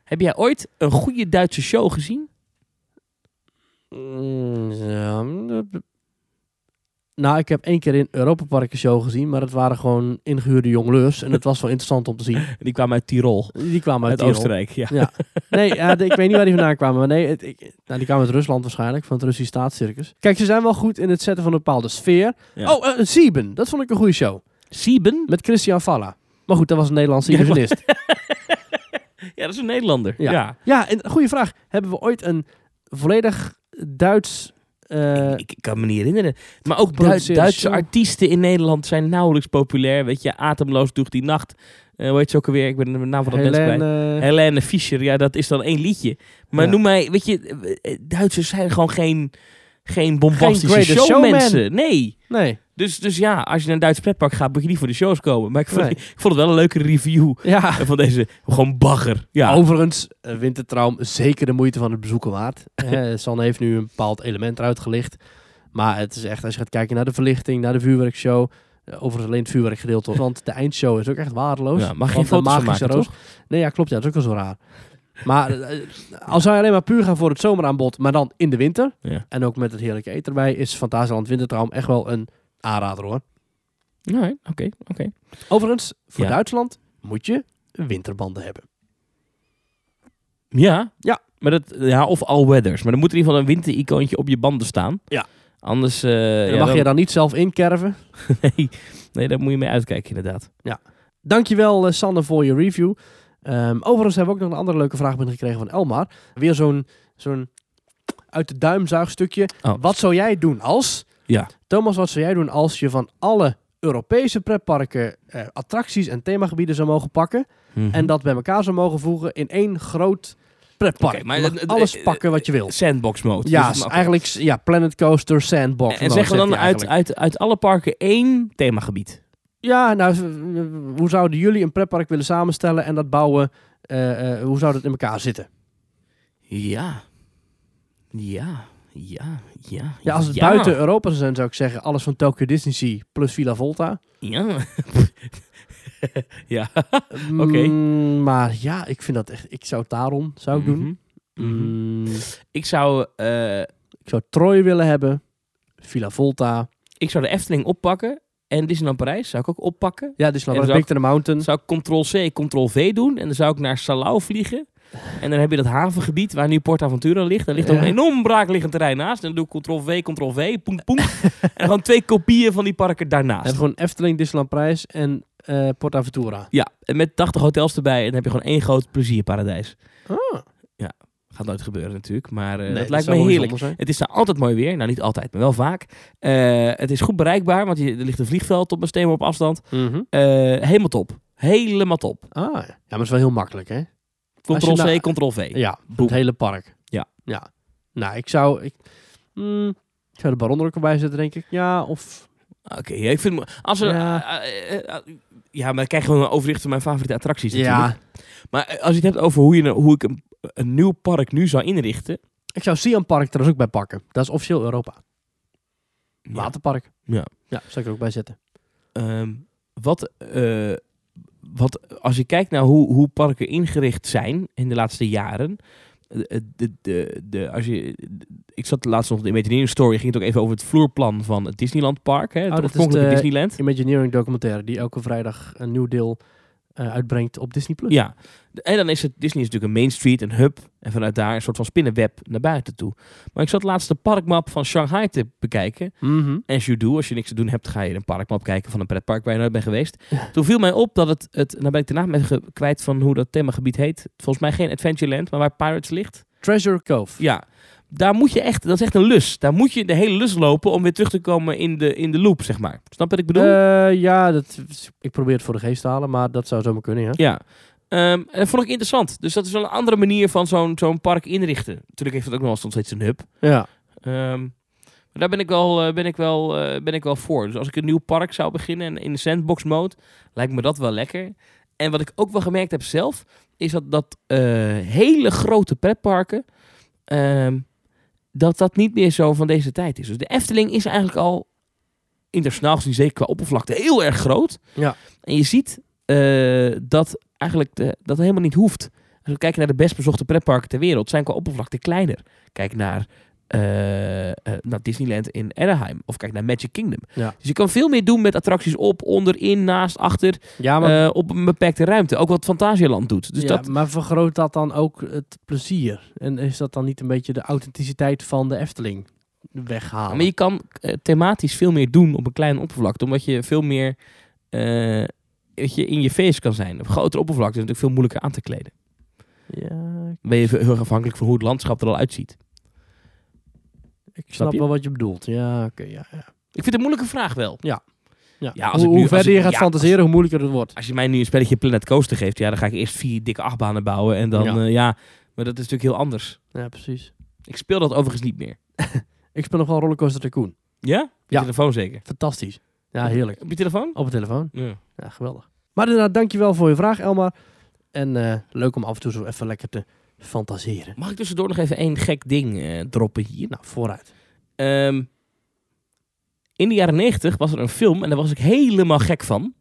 Heb jij ooit een goede Duitse show gezien?
Mm, ja, mm, eh, Nou, ik heb één keer in Europa Park een show gezien, maar het waren gewoon ingehuurde jongleurs. En het was wel interessant om te zien.
Die kwamen uit Tirol,
Die kwamen uit
uit
Tirol.
Oostenrijk. Ja.
Nee, ja, de- ik weet niet waar die vandaan kwamen. Maar nee, het, ik, nou, die kwamen uit Rusland waarschijnlijk, van het Russisch staatscircus. Kijk, ze zijn wel goed in het zetten van een bepaalde sfeer.
Ja.
Oh, eh, Sieben, dat vond ik een goede show.
Sieben?
Met Christian Falla. Maar goed, dat was een Nederlandse
Ja, maar-
illusionist.
Ja, dat is een Nederlander.
Ja.
Ja.
Ja, en goede vraag. Hebben we ooit een volledig Duits. eh,
Ik, ik kan me niet herinneren. Maar ook Duits-
Geproduceerde
Duitse
show.
artiesten in Nederland zijn nauwelijks populair. Weet je, Atemloos Doeg die Nacht. Eh hoe heet ze ook alweer? Ik ben de naam van dat mens kwijt.
Helene-
Helene Fischer, ja, dat is dan één liedje. Maar
Ja.
noem mij, weet je, eh, eh, Duitsers zijn gewoon geen, geen bombastische
Geen greatest
showmensen. Nee.
Nee.
Dus, dus ja, als je naar een Duits pretpark gaat, moet je niet voor de shows komen. Maar ik vond,
Nee.
ik vond het wel een leuke review
Ja.
eh, van deze, gewoon bagger. Ja,
Overigens, eh, Wintertraum zeker de moeite van het bezoeken waard. Eh, Sanne heeft nu een bepaald element eruit gelicht. Maar het is echt, als je gaat kijken naar de verlichting, naar de vuurwerkshow. eh, Overigens alleen het vuurwerkgedeelte, hoor, want de eindshow is ook echt waardeloos.
ja mag je geen
Want de
foto's van
magische
maken,
roos-
toch?
Nee, ja, klopt. Ja, dat is ook wel zo raar. Maar eh, eh, al zou je alleen maar puur gaan voor het zomeraanbod, maar dan in de winter.
Ja.
En ook met het heerlijke eten erbij, is Fantasieland Wintertraum echt wel een aanrader hoor.
Nee, oké, oké.
Overigens, voor
Ja. Eh,
Duitsland moet je winterbanden hebben.
Ja.
Ja.
Maar dat, ja, of all weathers. Maar dan moet er in ieder geval een wintericoontje op je banden staan.
Ja.
Anders... eh,
En
ja,
dan mag je dan niet zelf inkerven.
Nee, nee, daar moet je mee uitkijken inderdaad.
Dankjewel eh Sanne voor je review. Ehm, overigens hebben we ook nog een andere leuke vraag binnengekregen van Elmar. Weer zo'n zo'n uit de duim zuigstukje.
Oh.
Wat zou jij doen als...
Ja.
Thomas, wat zou jij doen als je van alle Europese pretparken eh, attracties en themagebieden zou mogen pakken...
Mhm.
en dat bij elkaar zou mogen voegen in één groot pretpark.
Oké, maar
je mag
het- het-
alles
het-
pakken wat je wil.
Sandbox mode.
Ja,
eh, Dus-
s- eigenlijk s- ja, Planet Coaster, Sandbox.
En
nou,
zeggen we
zegt
dan
hij
uit,
eigenlijk.
uit, uit alle parken één themagebied.
Ja, nou, v- hoe zouden jullie een pretpark willen samenstellen en dat bouwen? Eh, eh, hoe zou dat in elkaar zitten?
Ja. Ja. Ja. Ja.
Ja, als het buiten Europa zou zijn, zou ik zeggen alles van Tokyo Disney Sea plus Villa Volta.
Ja. ja.
Mm,
Oké.
maar ja, ik vind dat echt... Ik zou Taron zou ik doen.
Mhm. Mhm.
Mm,
Ik zou, eh,
ik zou Troy willen hebben. Villa Volta.
ik zou de Efteling oppakken. En Disneyland Parijs zou ik ook oppakken.
Ja, Disneyland
En
Parijs,
zou
Big Thunder Mountain.
Dan zou ik Ctrl-C, Ctrl-V doen. En dan zou ik naar Salau vliegen. En dan heb je dat havengebied waar nu Port Aventura ligt. Daar ligt ook
Ja.
een enorm braakliggend terrein naast. En dan doe ik Ctrl-V, Ctrl-V, poem, poem. en gewoon twee kopieën van die parken daarnaast.
En gewoon Efteling, Disneyland Parijs en eh Porta Ventura.
Ja, en met 80 hotels erbij. En dan heb je gewoon één groot plezierparadijs.
Ah.
Gaat nooit gebeuren natuurlijk, maar eh,
Nee,
dat lijkt
zou
me
wel
heerlijk.
bijzonder zijn.
Het is daar altijd mooi weer. Nou, niet altijd, maar wel vaak. Eh, het is goed bereikbaar, want je, er ligt een vliegveld op een steen op afstand.
Mhm.
Eh, helemaal top. Helemaal top.
Ah, ja, maar het is wel heel makkelijk, hè?
Ctrl-C,
nou-
Ctrl-V.
Ja,
Boem.
het hele park.
Ja.
hmm, ja. Nou, ik zou... Ik, mm, ik zou de baron er ook bij zetten, denk ik. Ja, of
Oké, ja, ik vind... Als er,
Ja.
eh, eh, eh, ja, maar dan krijg je gewoon een overzicht van mijn favoriete attracties natuurlijk.
Ja,
Maar eh, als je het hebt over hoe, je, nou- hoe ik een, een nieuw park nu zou inrichten...
ik zou Siam Park trouwens ook bij pakken. Dat is officieel Europa.
ja,
Waterpark.
Ja.
Ja, zou ik er ook bij zetten.
ehm, wat, eh, wat, als je kijkt naar hoe, hoe parken ingericht zijn in de laatste jaren... eh, eh, De, de, de, als je, ik zat laatst nog in de Imagineering Story, ging het ook even over het vloerplan van het Disneyland Park. Hè, het
Oh, dat is
oorspronkelijke
de-
Disneyland.
Imagineering documentaire die elke vrijdag een nieuw deel eh, uitbrengt op Disney+. Plus.
Ja, De- en dan is het, Disney is natuurlijk een main street, een hub. En vanuit daar een soort van spinnenweb naar buiten toe. Maar ik zat laatst de parkmap van Shanghai te bekijken.
Mhm.
En you do, als je niks te doen hebt, ga je een parkmap kijken van een pretpark waar je nooit bent geweest. Toen viel mij op dat het, het nou ben ik de naam even ge- kwijt van hoe dat themagebied heet. Volgens mij geen Adventureland, maar waar Pirates ligt.
Treasure Cove.
Ja, daar moet je echt, dat is echt een lus. Daar moet je de hele lus lopen om weer terug te komen in de, in de loop, zeg maar. Snap je wat ik bedoel?
Eh, ja, dat, ik probeer het voor de geest te halen, maar dat zou zomaar kunnen, ja.
Ja. Ehm, en dat vond ik interessant. Dus dat is wel een andere manier van zo'n zo'n park inrichten. Natuurlijk heeft het ook nog wel soms steeds een hub.
Ja,
Ehm, maar daar ben ik, wel, eh, ben, ik wel, eh, ben ik wel voor. Dus als ik een nieuw park zou beginnen en in de sandbox mode, lijkt me dat wel lekker. En wat ik ook wel gemerkt heb zelf, is dat, dat eh, hele grote pretparken, ehm, dat dat niet meer zo van deze tijd is. Dus de Efteling is eigenlijk al internationaal gezien, zeker qua oppervlakte, heel erg groot.
Ja.
En je ziet eh, dat eigenlijk de, dat helemaal niet hoeft. Als we kijken naar de best bezochte pretparken ter wereld, zijn qua oppervlakte kleiner. Kijk naar, eh, eh, naar Disneyland in Anaheim of kijk naar Magic Kingdom.
Ja.
Dus je kan veel meer doen met attracties op, onder, in, naast, achter,
ja maar,
eh, op een beperkte ruimte. Ook wat Fantasieland doet. Dus
ja,
dat,
maar vergroot dat dan ook het plezier? En is dat dan niet een beetje de authenticiteit van de Efteling weghalen?
maar je kan eh, thematisch veel meer doen op een kleine oppervlakte, omdat je veel meer eh, weet je, in je face kan zijn. Op grotere oppervlakte is het natuurlijk veel moeilijker aan te kleden.
Ja,
Dan ben je heel erg afhankelijk van hoe het landschap er al uitziet.
ik snap,
je?
wel wat je bedoelt. Ja, oké, ja. ja.
Ik vind het een moeilijke vraag wel.
ja.
Ja, als
hoe,
ik nu-
hoe verder
als ik-
je gaat
ja,
fantaseren, hoe moeilijker het wordt.
Als je mij nu een spelletje Planet Coaster geeft, ja, dan ga ik eerst vier dikke achtbanen bouwen. En dan,
Ja.
ja, ja maar dat is natuurlijk heel anders.
Ja, precies.
Ik speel dat overigens niet meer.
Ik speel nog wel Rollercoaster Tycoon.
Ja? Op je
Ja.
telefoon zeker.
Fantastisch. Ja, heerlijk.
Op je telefoon?
Op de telefoon.
Ja.
Ja, geweldig. Maar inderdaad, dankjewel voor je vraag, Elmar. En eh, leuk om af en toe zo even lekker te fantaseren.
Mag ik tussendoor nog even één gek ding eh, droppen hier?
Nou, vooruit.
Ehm, in de jaren 90 was er een film en daar was ik helemaal gek van.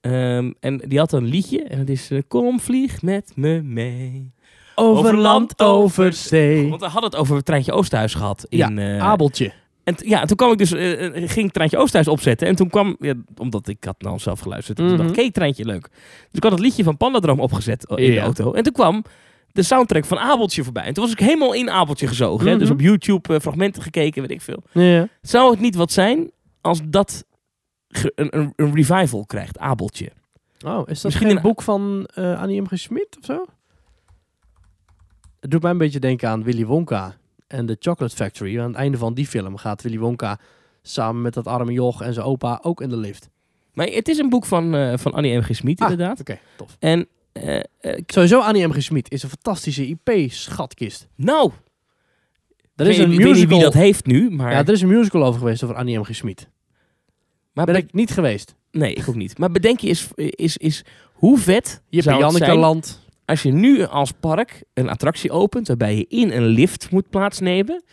Ehm, en die had een liedje en dat is eh, Kom vlieg met me mee. Over land, over
zee.
Want we hadden het over het Treintje Oosterhuis gehad. In,
Ja,
eh,
Abeltje.
En t- ja, en toen kwam ik dus, eh, eh, ging ik Treintje Oosthuis opzetten. En toen kwam, ja, omdat ik had nou zelf geluisterd. En
Mhm.
toen dacht ik, hey, Treintje, leuk. Dus ik had het liedje van Pandadroom opgezet eh, in de
Ja.
auto. En toen kwam de soundtrack van Abeltje voorbij. En toen was ik helemaal in Abeltje gezogen. hè. Dus
Mhm.
op YouTube eh, fragmenten gekeken, weet ik veel.
Ja.
Zou het niet wat zijn als dat ge- een, een, een revival krijgt, Abeltje?
Oh, is dat
Misschien
Misschien een
een-
boek van eh Annie M. G. Smit of zo? Het doet mij een beetje denken aan Willy Wonka en de Chocolate Factory. Aan het einde van die film gaat Willy Wonka samen met dat arme joch en zijn opa ook in de lift.
Maar het is een boek van, eh, van Annie M. G. Smit,
Ah.
inderdaad.
Oké, tof.
En eh, eh,
Sowieso Annie M. G. Smit is een fantastische IP-schatkist.
nou,
Er is
ik,
een
weet- ik weet niet wie
musical.
dat heeft nu, maar...
Ja, er is een musical over geweest over Annie M. G. Smit.
maar
Ben ik niet geweest.
Nee, ik ook niet. Maar bedenk je eens, is, is hoe vet
Je hebt
zou het
Janneke
zijn
Land.
als je nu als park een attractie opent waarbij je in een lift moet plaatsnemen.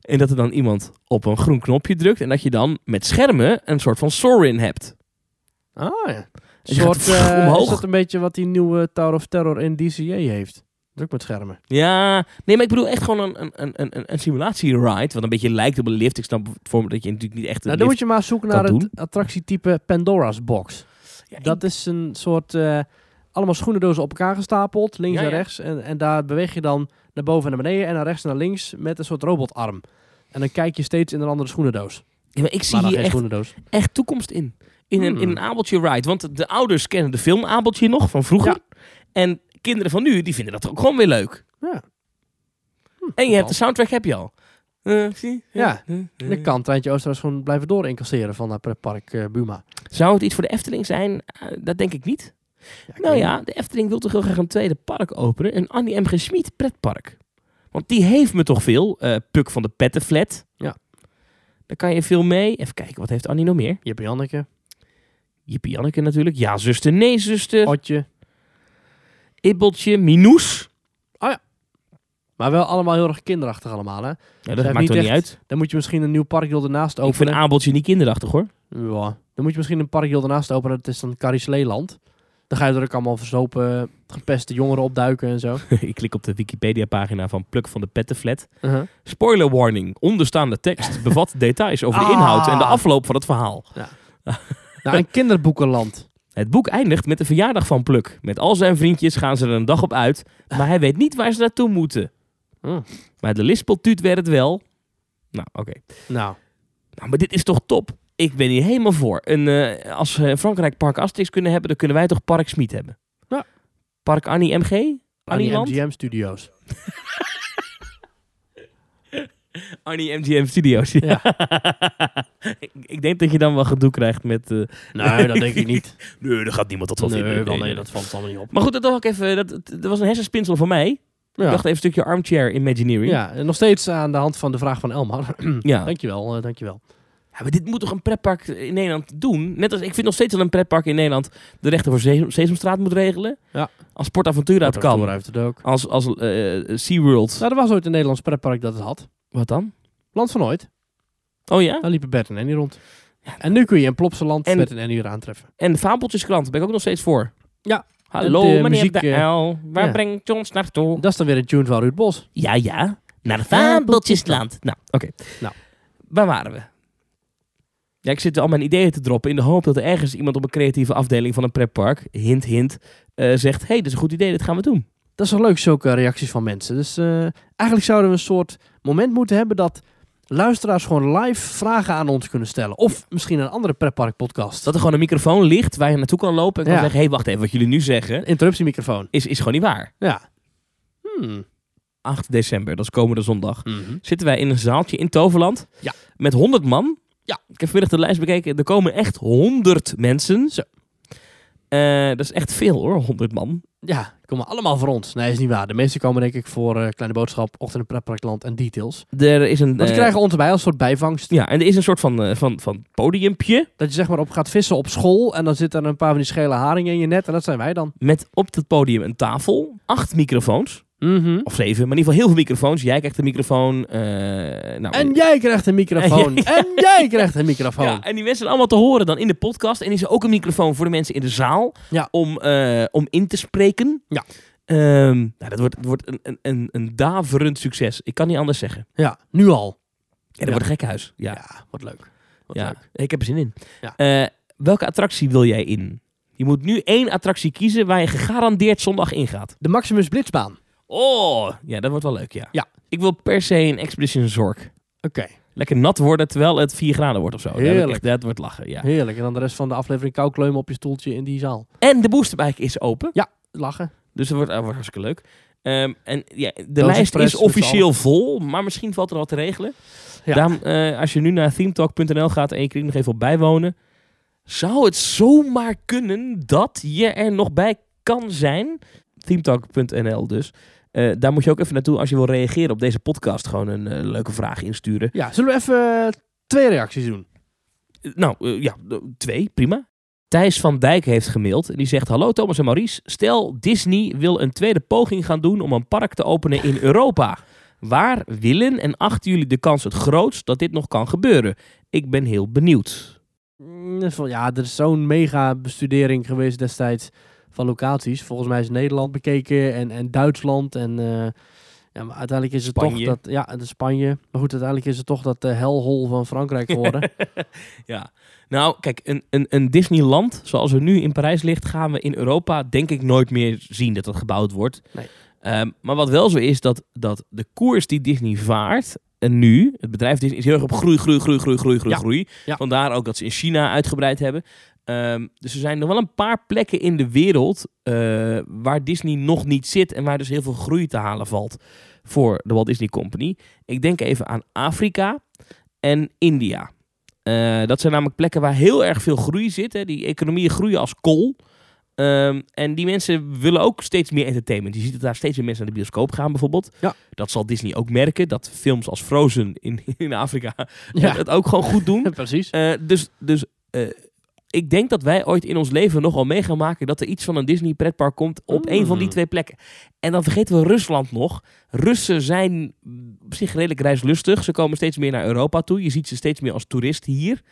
En dat er dan iemand op een groen knopje drukt en dat je dan met schermen een soort van Sorin hebt.
Ah ja. Een
je gaat
soort, eh,
omhoog.
is dat een beetje wat die nieuwe Tower of Terror in DCA heeft? Druk met schermen.
Ja, nee, maar ik bedoel echt gewoon een, een, een, een, een simulatie-ride, wat een beetje lijkt op een lift. Ik snap voor me dat je natuurlijk niet echt een
Nou, dan moet
lift...
je maar zoeken
kan
naar
doen.
het attractietype Pandora's Box.
Ja, ik-
Dat is een soort... eh, allemaal schoenendozen op elkaar gestapeld, links
Ja,
en
ja.
rechts. En, en daar beweeg je dan naar boven en naar beneden en naar rechts en naar links met een soort robotarm. En dan kijk je steeds in een andere schoenendoos.
Ja, maar ik zie
Maar dan
hier
geen
echt,
schoenendoos.
echt toekomst in. In een, in
Hmm.
een Abeltje-ride. Want de ouders kennen de film Abeltje nog, van vroeger. En kinderen van nu, die vinden dat ook gewoon weer leuk.
Ja. Hm,
En
goed
je hebt
al.
de soundtrack heb je al. Eh, zie?
Ja.
Eh, eh, eh.
En dan kan Treintje Oosterhuis gewoon blijven doorincasseren van dat pretpark eh, Buma.
Zou het iets voor de Efteling zijn? Eh, dat denk ik niet.
Ja, ik
nou
weet
ja,
niet.
de Efteling wil toch heel graag een tweede park openen. Een Annie M. G. Schmid pretpark. Want die heeft me toch veel. Eh, Puk van de Pettenflat.
Ja.
Daar kan je veel mee. Even kijken, wat heeft Annie nog meer?
Je hebt Janneke,
Jippie Janneke natuurlijk. Ja, zuster, nee, zuster.
Otje.
Ibbeltje, Minoes.
Maar wel allemaal heel erg kinderachtig allemaal, hè?
Ja,
heeft
dat maakt
niet
toch niet
echt
uit.
Dan moet je misschien een nieuw parkdeel ernaast
Ik vind
openen.
Abeltje niet kinderachtig hoor.
Ja. Dan moet je misschien een parkdeel ernaast openen. Dat is dan Carice Leeland. Dan ga je er ook allemaal verzopen, gepeste jongeren opduiken en zo.
Ik klik op de Wikipedia pagina van Pluk van de Pettenflat.
Uh-huh.
Spoiler warning. Onderstaande tekst bevat details over de
Ah.
inhoud en de afloop van het verhaal.
Nou, een kinderboekenland.
Het boek eindigt met de verjaardag van Pluk. Met al zijn vriendjes gaan ze er een dag op uit, maar hij weet niet waar ze naartoe moeten.
Hmm.
Maar de lispeltuut werd het wel. Nou, oké.
Nou,
Nou, maar dit is toch top? Ik ben hier helemaal voor. Een, eh, als we in Frankrijk Park Asterix kunnen hebben, dan kunnen wij toch Park Smit hebben?
Ja.
Park Annie MG?
aan die
Annieland?
MGM Studios.
Annie MGM Studios. Ja. ik, ik denk dat je dan wel gedoe krijgt met... eh,
Nee, dat denk ik niet.
nee, daar gaat niemand dat
nee,
vinden.
wel, nee, dat valt allemaal niet op.
Maar goed, dat, dacht ik even, dat, dat was een hersenspinsel van mij. Ik
Ja.
dacht even een stukje armchair Imagineering.
ja, en nog steeds aan de hand van de vraag van Elmar.
Ja.
dankjewel, eh, dankjewel.
Ja, maar dit moet toch een pretpark in Nederland doen? Net als ik vind nog steeds dat een pretpark in Nederland de rechten voor Sesam- Sesamstraat moet regelen.
Ja.
Als Sportavontura het
Portaventura
kan.
heeft het ook.
Als, als eh, SeaWorld.
Nou, er was ooit een Nederlands pretpark dat het had.
Wat dan?
Land van Ooit.
Oh ja?
Daar liepen Bert en Annie rond. En nu kun je in Plopsaland
En-
Bert en Annie weer aantreffen.
En de Fabeltjeskrant, daar ben ik ook nog steeds voor.
Ja.
Hallo
De
meneer
muziek,
de
eh,
Uil, waar
ja.
brengt je ons naartoe?
Dat is dan weer een tune van Ruud Bos.
Ja, ja, naar de Fabeltjesland. Nou, oké.
Nou.
Waar waren we? Ja, ik zit al mijn ideeën te droppen in de hoop dat er ergens iemand op een creatieve afdeling van een pretpark, hint, hint, eh, zegt, hé, hey, dit is een goed idee, dit gaan we doen.
Dat is wel leuk, zulke reacties van mensen. Dus eh, eigenlijk zouden we een soort moment moeten hebben dat luisteraars gewoon live vragen aan ons kunnen stellen. Of misschien een andere pretpark podcast.
Dat er gewoon een microfoon ligt waar je naartoe kan lopen en kan
Ja.
zeggen, hé, hey, wacht even, wat jullie nu zeggen
interruptiemicrofoon.
is, is gewoon niet waar.
Ja. Hmm.
8 december, dat is komende zondag. zitten wij in een zaaltje in Toverland.
Ja.
Met 100 man.
Ja.
Ik heb vanmiddag de lijst bekeken. Er komen echt 100 mensen.
Zo.
Eh, dat is echt veel hoor, 100 man.
Ja, die komen allemaal voor ons. Nee, is niet waar. De meeste komen denk ik voor eh, Kleine Boodschap, Ochtend in Pretparkland en Details.
Er is een.
Want
eh,
die krijgen ons erbij als soort bijvangst.
Ja, en er is een soort van, eh, van, van podiumpje.
Dat je zeg maar op gaat vissen op school en dan zitten er een paar van die schele haringen in je net en dat zijn wij dan.
Met op dat podium een tafel. Acht microfoons. Of zeven, maar in ieder geval heel veel microfoons. Jij krijgt een microfoon. eh, nou,
En jij krijgt een microfoon.
En
En jij krijgt een microfoon.
Ja, en die mensen zijn allemaal te horen dan in de podcast. En is er ook een microfoon voor de mensen in de zaal
Ja.
om, eh, om in te spreken.
Ja.
Ehm, nou, dat wordt, dat wordt een- een, een, een daverend succes. Ik kan niet anders zeggen.
Ja, nu al.
Ja, dat
Ja.
wordt een gekhuis. Ja, ja,
Ja, wat leuk. Wat leuk.
ik heb er zin in.
Ja.
Eh, welke attractie wil jij in? Je moet nu één attractie kiezen waar je gegarandeerd zondag in gaat.
De Maximus Blitzbaan.
Oh, ja, dat wordt wel leuk, ja.
Ja.
Ik wil per se een Expedition Zork.
Oké,
Lekker nat worden terwijl het 4 graden wordt of zo. Daar heb ik
Heerlijk.
echt- Dat wordt lachen, ja.
heerlijk. En dan de rest van de aflevering kou kleumen op je stoeltje in die zaal.
En de boosterbike is open.
Lachen.
Dus dat wordt, dat wordt hartstikke leuk. Ehm, en ja, de
Doodse
lijst
Express
is
met z'n
officieel vol, maar misschien valt er wat te regelen.
Ja.
Daarom, eh, als je nu naar themetalk.nl gaat en je klikt nog even op bijwonen, zou het zomaar kunnen dat je er nog bij kan zijn. Themetalk.nl dus. Eh, daar moet je ook even naartoe als je wil reageren op deze podcast. Gewoon een eh, leuke vraag insturen.
Ja, zullen we even eh, twee reacties doen?
Eh, nou, eh, ja, eh, twee, prima. Thijs van Dijk heeft gemaild en die zegt... Hallo Thomas en Maurice, stel Disney wil een tweede poging gaan doen om een park te openen in Europa. Waar willen en achten jullie de kans het grootst dat dit nog kan gebeuren? Ik ben heel benieuwd.
Mm, dat is wel- Ja, er is zo'n mega bestudering geweest destijds van locaties. Volgens mij is Nederland bekeken en, en Duitsland en... eh, ja, maar uiteindelijk is het
Spanje.
toch dat... Ja, en Spanje. Maar goed, uiteindelijk is het toch dat de helhol van Frankrijk geworden.
Ja, nou kijk, een, een, een Disneyland zoals er nu in Parijs ligt... gaan we in Europa denk ik nooit meer zien dat dat gebouwd wordt.
Nee.
Ehm, maar wat wel zo is, dat, dat de koers die Disney vaart... En nu, het bedrijf Disney is heel erg op groei, groei, groei, groei, groei, groei,
Ja.
groei.
Ja.
Vandaar ook dat ze in China uitgebreid hebben. Ehm, dus er zijn nog wel een paar plekken in de wereld eh, waar Disney nog niet zit en waar dus heel veel groei te halen valt voor de Walt Disney Company. Ik denk even aan Afrika en India. Eh, dat zijn namelijk plekken waar heel erg veel groei zit. Hè. Die economieën groeien als kool. Ehm, en die mensen willen ook steeds meer entertainment. Je ziet dat daar steeds meer mensen naar de bioscoop gaan, bijvoorbeeld.
Ja.
Dat zal Disney ook merken. Dat films als Frozen in, in Afrika
Ja.
het ook gewoon goed doen.
precies.
Eh, dus dus eh, ik denk dat wij ooit in ons leven nogal mee gaan maken dat er iets van een Disney pretpark komt op
Mm.
een van die twee plekken. En dan vergeten we Rusland nog. Russen zijn op zich redelijk reislustig. Ze komen steeds meer naar Europa toe. Je ziet ze steeds meer als toerist hier.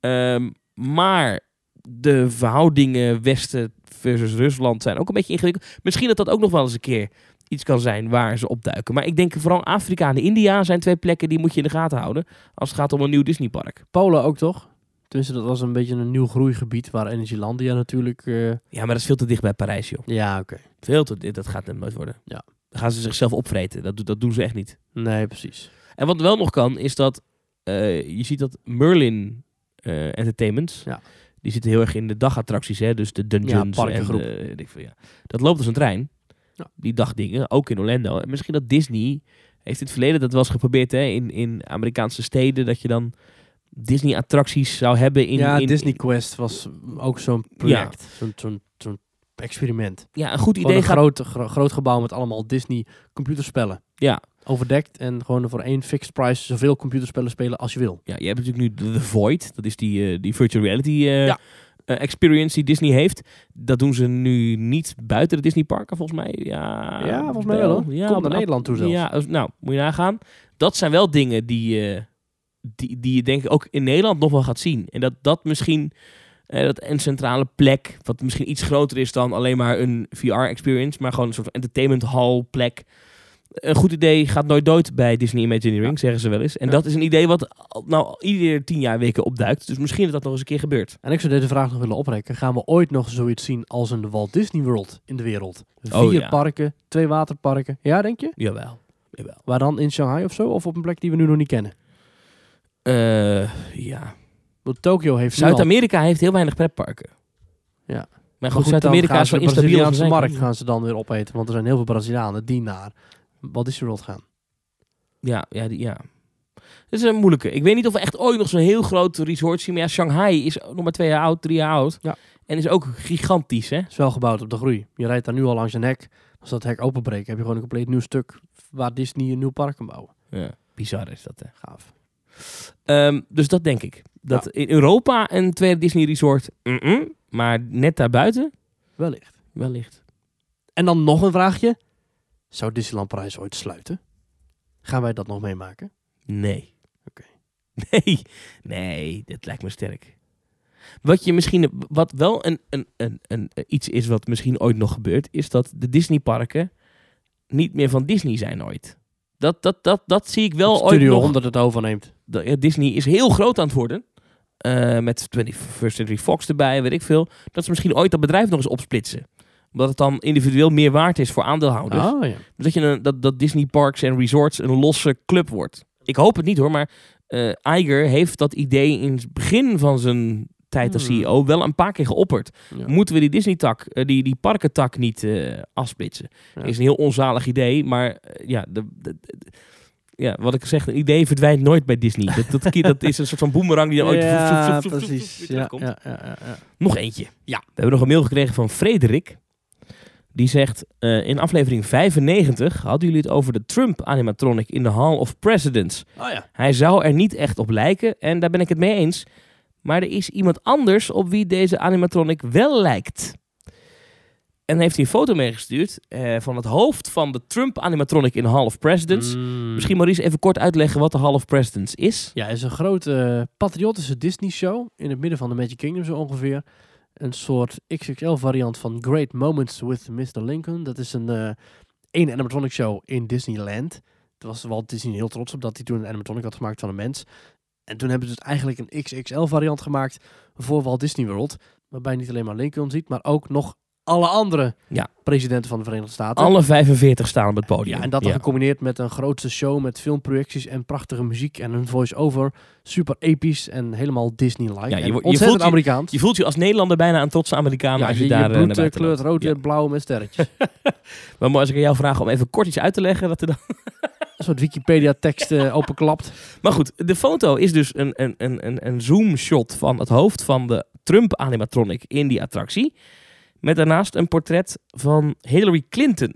Ehm, maar de verhoudingen Westen versus Rusland zijn ook een beetje ingewikkeld. Misschien dat dat ook nog wel eens een keer iets kan zijn waar ze opduiken. Maar ik denk vooral Afrika en India zijn twee plekken die moet je in de gaten houden als het gaat om een nieuw Disneypark.
Polen ook toch? Tenminste, dat was een beetje een nieuw groeigebied waar Energylandia natuurlijk... eh,
Ja, maar dat is veel te dicht bij Parijs, joh.
Ja, oké.
Veel te dit, dat gaat hem nooit worden.
Ja.
Dan gaan ze zichzelf opvreten. Dat, do- dat doen ze echt niet.
Nee, precies.
En wat wel nog kan, is dat eh, je ziet dat Merlin eh Entertainments,
Ja.
die zitten heel erg in de dagattracties, hè? dus de dungeons
Ja,
en
parkengroep.
de, weet ik veel, ja. Dat loopt als een trein.
Ja.
Die dagdingen, ook in Orlando. En misschien dat Disney heeft in het verleden dat wel eens geprobeerd, hè? In, in Amerikaanse steden, dat je dan Disney-attracties zou hebben in,
ja,
in,
Disney Quest was ook zo'n project. Zo'n zo'n- zo'n experiment.
ja, een goed
Gewoon
idee
een
gaat
groot, gro- groot gebouw met allemaal Disney computerspellen.
Ja.
Overdekt en gewoon voor één fixed price zoveel computerspellen spelen als je wil.
Ja, je hebt natuurlijk nu The Void. Dat is die, eh, die virtual reality eh,
Ja.
eh, experience die Disney heeft. Dat doen ze nu niet buiten de Disneyparken, volgens mij. Ja,
ja, volgens mij wel hoor.
Ja, op
Komt
een
naar Nederland toe zelfs.
ja, als- nou, moet je nagaan. Dat zijn wel dingen die, eh, die, die je denk ik ook in Nederland nog wel gaat zien. En dat dat misschien eh, dat een centrale plek, wat misschien iets groter is dan alleen maar een VR-experience, maar gewoon een soort entertainment hall plek. Een goed idee gaat nooit dood bij Disney Imagineering, zeggen ze wel eens. En
Ja.
dat is een idee wat al- nou iedere tien jaar weken opduikt. Dus misschien dat dat nog eens een keer gebeurt.
En ik zou deze vraag nog willen oprekken. Gaan we ooit nog zoiets zien als een Walt Disney World in de wereld? Vier
Oh, ja.
parken, twee waterparken. Ja, denk je?
Jawel.
Waar dan? In Shanghai of zo? Of op een plek die we nu nog niet kennen?
Eh, ja.
Want Tokio heeft nu al-
Zuid-Amerika heeft heel weinig pretparken.
Ja.
Maar
Maar
goed,
goed, dan
Zuid-Amerika
gaan
is
ze
wel
de
instabiel. als
Braziliaanse
een
markt
zijkant.
gaan ze dan weer opeten. Want er zijn heel veel Brazilianen die naar Walt Disney World gaan.
Ja, ja, die- ja. Dat is een moeilijke. Ik weet niet of we echt ooit nog zo'n heel groot resort zien. Maar ja, Shanghai is nog maar twee jaar oud, drie jaar oud.
Ja.
En is ook gigantisch, hè?
Het is wel gebouwd op de groei. Je rijdt daar nu al langs een hek. Als dat hek openbreekt, heb je gewoon een compleet nieuw stuk waar Disney een nieuw park kan bouwen.
Ja. Bizar is dat, hè?
Gaaf.
Ehm, dus dat denk ik. Dat in Europa een tweede Disney resort, mm-mm, maar net daarbuiten,
Wellicht.
wellicht.
En dan nog een vraagje. Zou Disneyland Parijs ooit sluiten? Gaan wij dat nog meemaken?
Nee.
Oké.
Nee, nee, dat lijkt me sterk. Wat je misschien, wat wel een, een, een, een, eh, iets is wat misschien ooit nog gebeurt, is dat de Disneyparken niet meer van Disney zijn ooit. Dat, dat, dat, dat zie ik wel
Dat
ooit
Studio
nog.
100 het overneemt.
Dat- ja, Disney is heel groot aan het worden. Eh, met 21st Century Fox erbij, weet ik veel. Dat ze misschien ooit dat bedrijf nog eens opsplitsen. Omdat het dan individueel meer waard is voor aandeelhouders.
Oh ja.
Dus Dat, je een, dat, dat Disney Parks en Resorts een losse club wordt. Ik hoop het niet hoor, maar eh Iger heeft dat idee in het begin van zijn tijd als
Hmm.
CEO wel een paar keer geopperd.
Ja.
Moeten we die Disney-tak, eh, die, die parkentak niet eh, afsplitsen?
Ja.
Is een heel onzalig idee, maar eh, ja, de, de- de- ja, wat ik zeg, een idee verdwijnt nooit bij Disney. Dat, dat, dat is een soort van boemerang die dan ooit voef, voef, voef,
Ja,
voef, voef,
precies.
weer
Ja,
terugkomt.
ja, ja, ja, ja.
Nog eentje.
Ja.
We hebben nog een mail gekregen van Frederik. Die zegt, eh, in aflevering 95 hadden jullie het over de Trump-animatronic in de Hall of Presidents.
Oh ja.
Hij zou er niet echt op lijken en daar ben ik het mee eens. Maar er is iemand anders op wie deze animatronic wel lijkt. En heeft hij een foto meegestuurd eh, van het hoofd van de Trump-animatronic in de Hall of Presidents.
Mm.
dus Misschien Maurice even kort uitleggen wat de Hall of Presidents is.
Ja, het is een grote eh, patriotische Disney-show in het midden van de Magic Kingdom zo ongeveer. Een soort XXL-variant van Great Moments with Mr. Lincoln. Dat is een eh één animatronic show in Disneyland. Daar was Walt Disney heel trots op dat hij toen een animatronic had gemaakt van een mens. En toen hebben ze dus eigenlijk een XXL-variant gemaakt voor Walt Disney World. Waarbij je niet alleen maar Lincoln ziet, maar ook nog alle andere
Ja.
presidenten van de Verenigde Staten.
Alle 45 staan op het podium.
Ja, en dat dan gecombineerd met een grootste show met filmprojecties en prachtige muziek en een voice-over. Super episch en helemaal Disney-like.
Ja, je
En
wo- je
ontzettend
voelt je-
Amerikaans.
Je voelt je als Nederlander bijna een trotse Amerikaan
ja,
als je,
je, je
daar eh,
bloed
naar
eh,
buiten loopt.
kleurt rood
Ja.
en blauw met sterretjes.
Maar als ik aan jou vraag om even kort iets uit te leggen. Dat er dan...
een soort Wikipedia-tekst eh, openklapt.
Maar goed, de foto is dus een, een, een, een, een zoomshot van het hoofd van de Trump-animatronic in die attractie. Met daarnaast een portret van Hillary Clinton.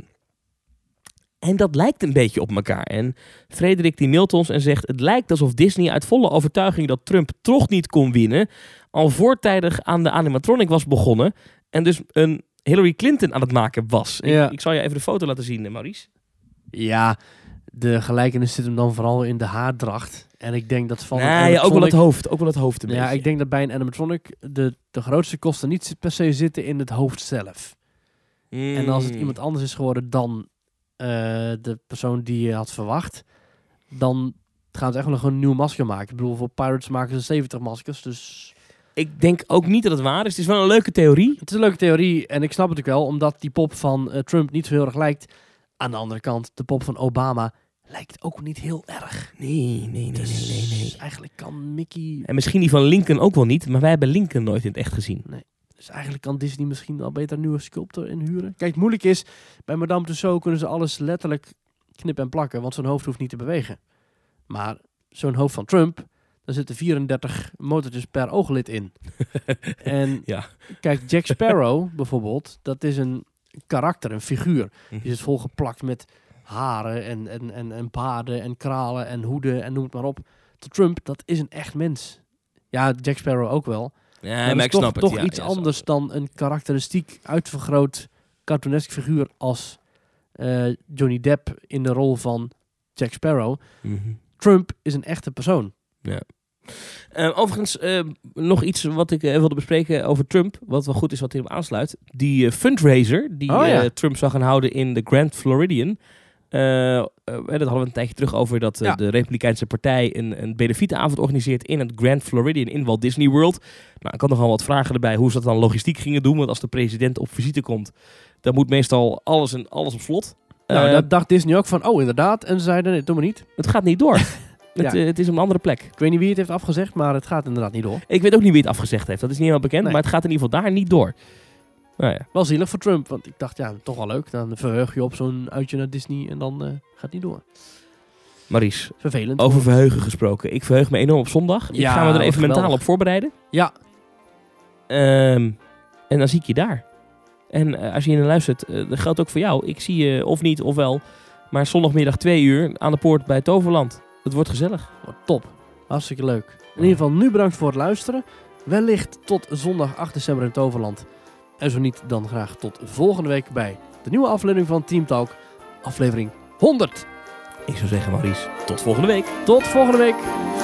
En dat lijkt een beetje op elkaar. En Frederik die mailt ons en zegt... het lijkt alsof Disney uit volle overtuiging dat Trump toch niet kon winnen... al voortijdig aan de animatronic was begonnen... en dus een Hillary Clinton aan het maken was. Ik-
Ja.
Ik, zal je even de foto laten zien, eh, Maurice.
Ja, de gelijkenis zit hem dan vooral in de haardracht. En ik denk dat van een
Nee, ja, ook wel het
animatronic-
hoofd. Ook wel het hoofd een
Ja,
beetje.
ik denk dat bij een animatronic de, de grootste kosten niet zit- per se zitten in het hoofd zelf.
Mm.
En als het iemand anders is geworden dan eh, de persoon die je had verwacht, dan gaan ze echt wel nog een nieuw masker maken. Ik bedoel, voor Pirates maken ze 70 maskers, dus...
Ik denk ook niet dat het waar is. Het is wel een leuke theorie.
Het is een leuke theorie en ik snap het ook wel, omdat die pop van eh, Trump niet zo heel erg lijkt. Aan de andere kant, de pop van Obama lijkt ook niet heel erg.
Nee, nee, nee,
Dus
nee, nee, nee.
eigenlijk kan Mickey,
En misschien die van Lincoln ook wel niet, maar wij hebben Lincoln nooit in het echt gezien.
dus eigenlijk kan Disney misschien wel beter een nieuwe sculptor inhuren. Kijk, het moeilijk is, bij Madame Tussauds kunnen ze alles letterlijk knippen en plakken, want zijn hoofd hoeft niet te bewegen. Maar zo'n hoofd van Trump, daar zitten 34 motortjes per ooglid in. en
Ja.
Kijk, Jack Sparrow bijvoorbeeld, dat is een karakter, een figuur. Die is volgeplakt met haren en, en, en, en paarden en kralen en hoeden en noem het maar op. De Trump, dat is een echt mens. Ja, Jack Sparrow ook wel.
Ja,
Maar dat
maar
is
ik
toch,
snap het.
toch
ja,
iets
ja, snap
anders
het.
dan een karakteristiek uitvergroot cartoonesk figuur als eh, Johnny Depp in de rol van Jack Sparrow.
Mhm.
Trump is een echte persoon.
Eh, overigens, eh, nog iets wat ik eh, wilde bespreken over Trump. Wat wel goed is, wat hierop aansluit. Die eh, fundraiser die
Oh, ja.
eh, Trump zou gaan houden in de Grand Floridian. Eh, eh, dat hadden we een tijdje terug over dat eh,
Ja.
de Republikeinse Partij een, een benefietenavond organiseert in het Grand Floridian in Walt Disney World. Nou, ik had nogal wat vragen erbij hoe ze dat dan logistiek gingen doen. Want als de president op visite komt, dan moet meestal alles, en alles op slot.
nou,
Eh,
dat dacht Disney ook van, oh inderdaad. En ze zeiden, nee, doe maar niet.
Het gaat niet door.
Ja.
het, eh, het is op een andere plek.
Ik weet niet wie het heeft afgezegd, maar het gaat inderdaad niet door.
Ik weet ook niet wie het afgezegd heeft. Dat is niet helemaal bekend.
Nee.
Maar het gaat in ieder geval daar niet door. Nou ja.
Wel zielig voor Trump, want ik dacht, ja, toch wel leuk. Dan verheug je op zo'n uitje naar Disney en dan eh, gaat die door.
Maries,
Vervelend.
over verheugen gesproken. Ik verheug me enorm op zondag. ik
Ja,
ga me er
wat
even mentaal
geweldig.
op voorbereiden.
Ja,
Ehm, en dan zie ik je daar. En eh, als je hier naar luistert, eh, dat geldt ook voor jou. Ik zie je of niet, of wel. Maar zondagmiddag 2 uur aan de poort bij Toverland. Het wordt gezellig.
wat top. Hartstikke leuk. In ieder geval, nu bedankt voor het luisteren. Wellicht tot zondag 8 december in Toverland. En zo niet, dan graag tot volgende week bij de nieuwe aflevering van Team Talk. Aflevering 100.
Ik zou zeggen, Maries, tot volgende week.
Tot volgende week.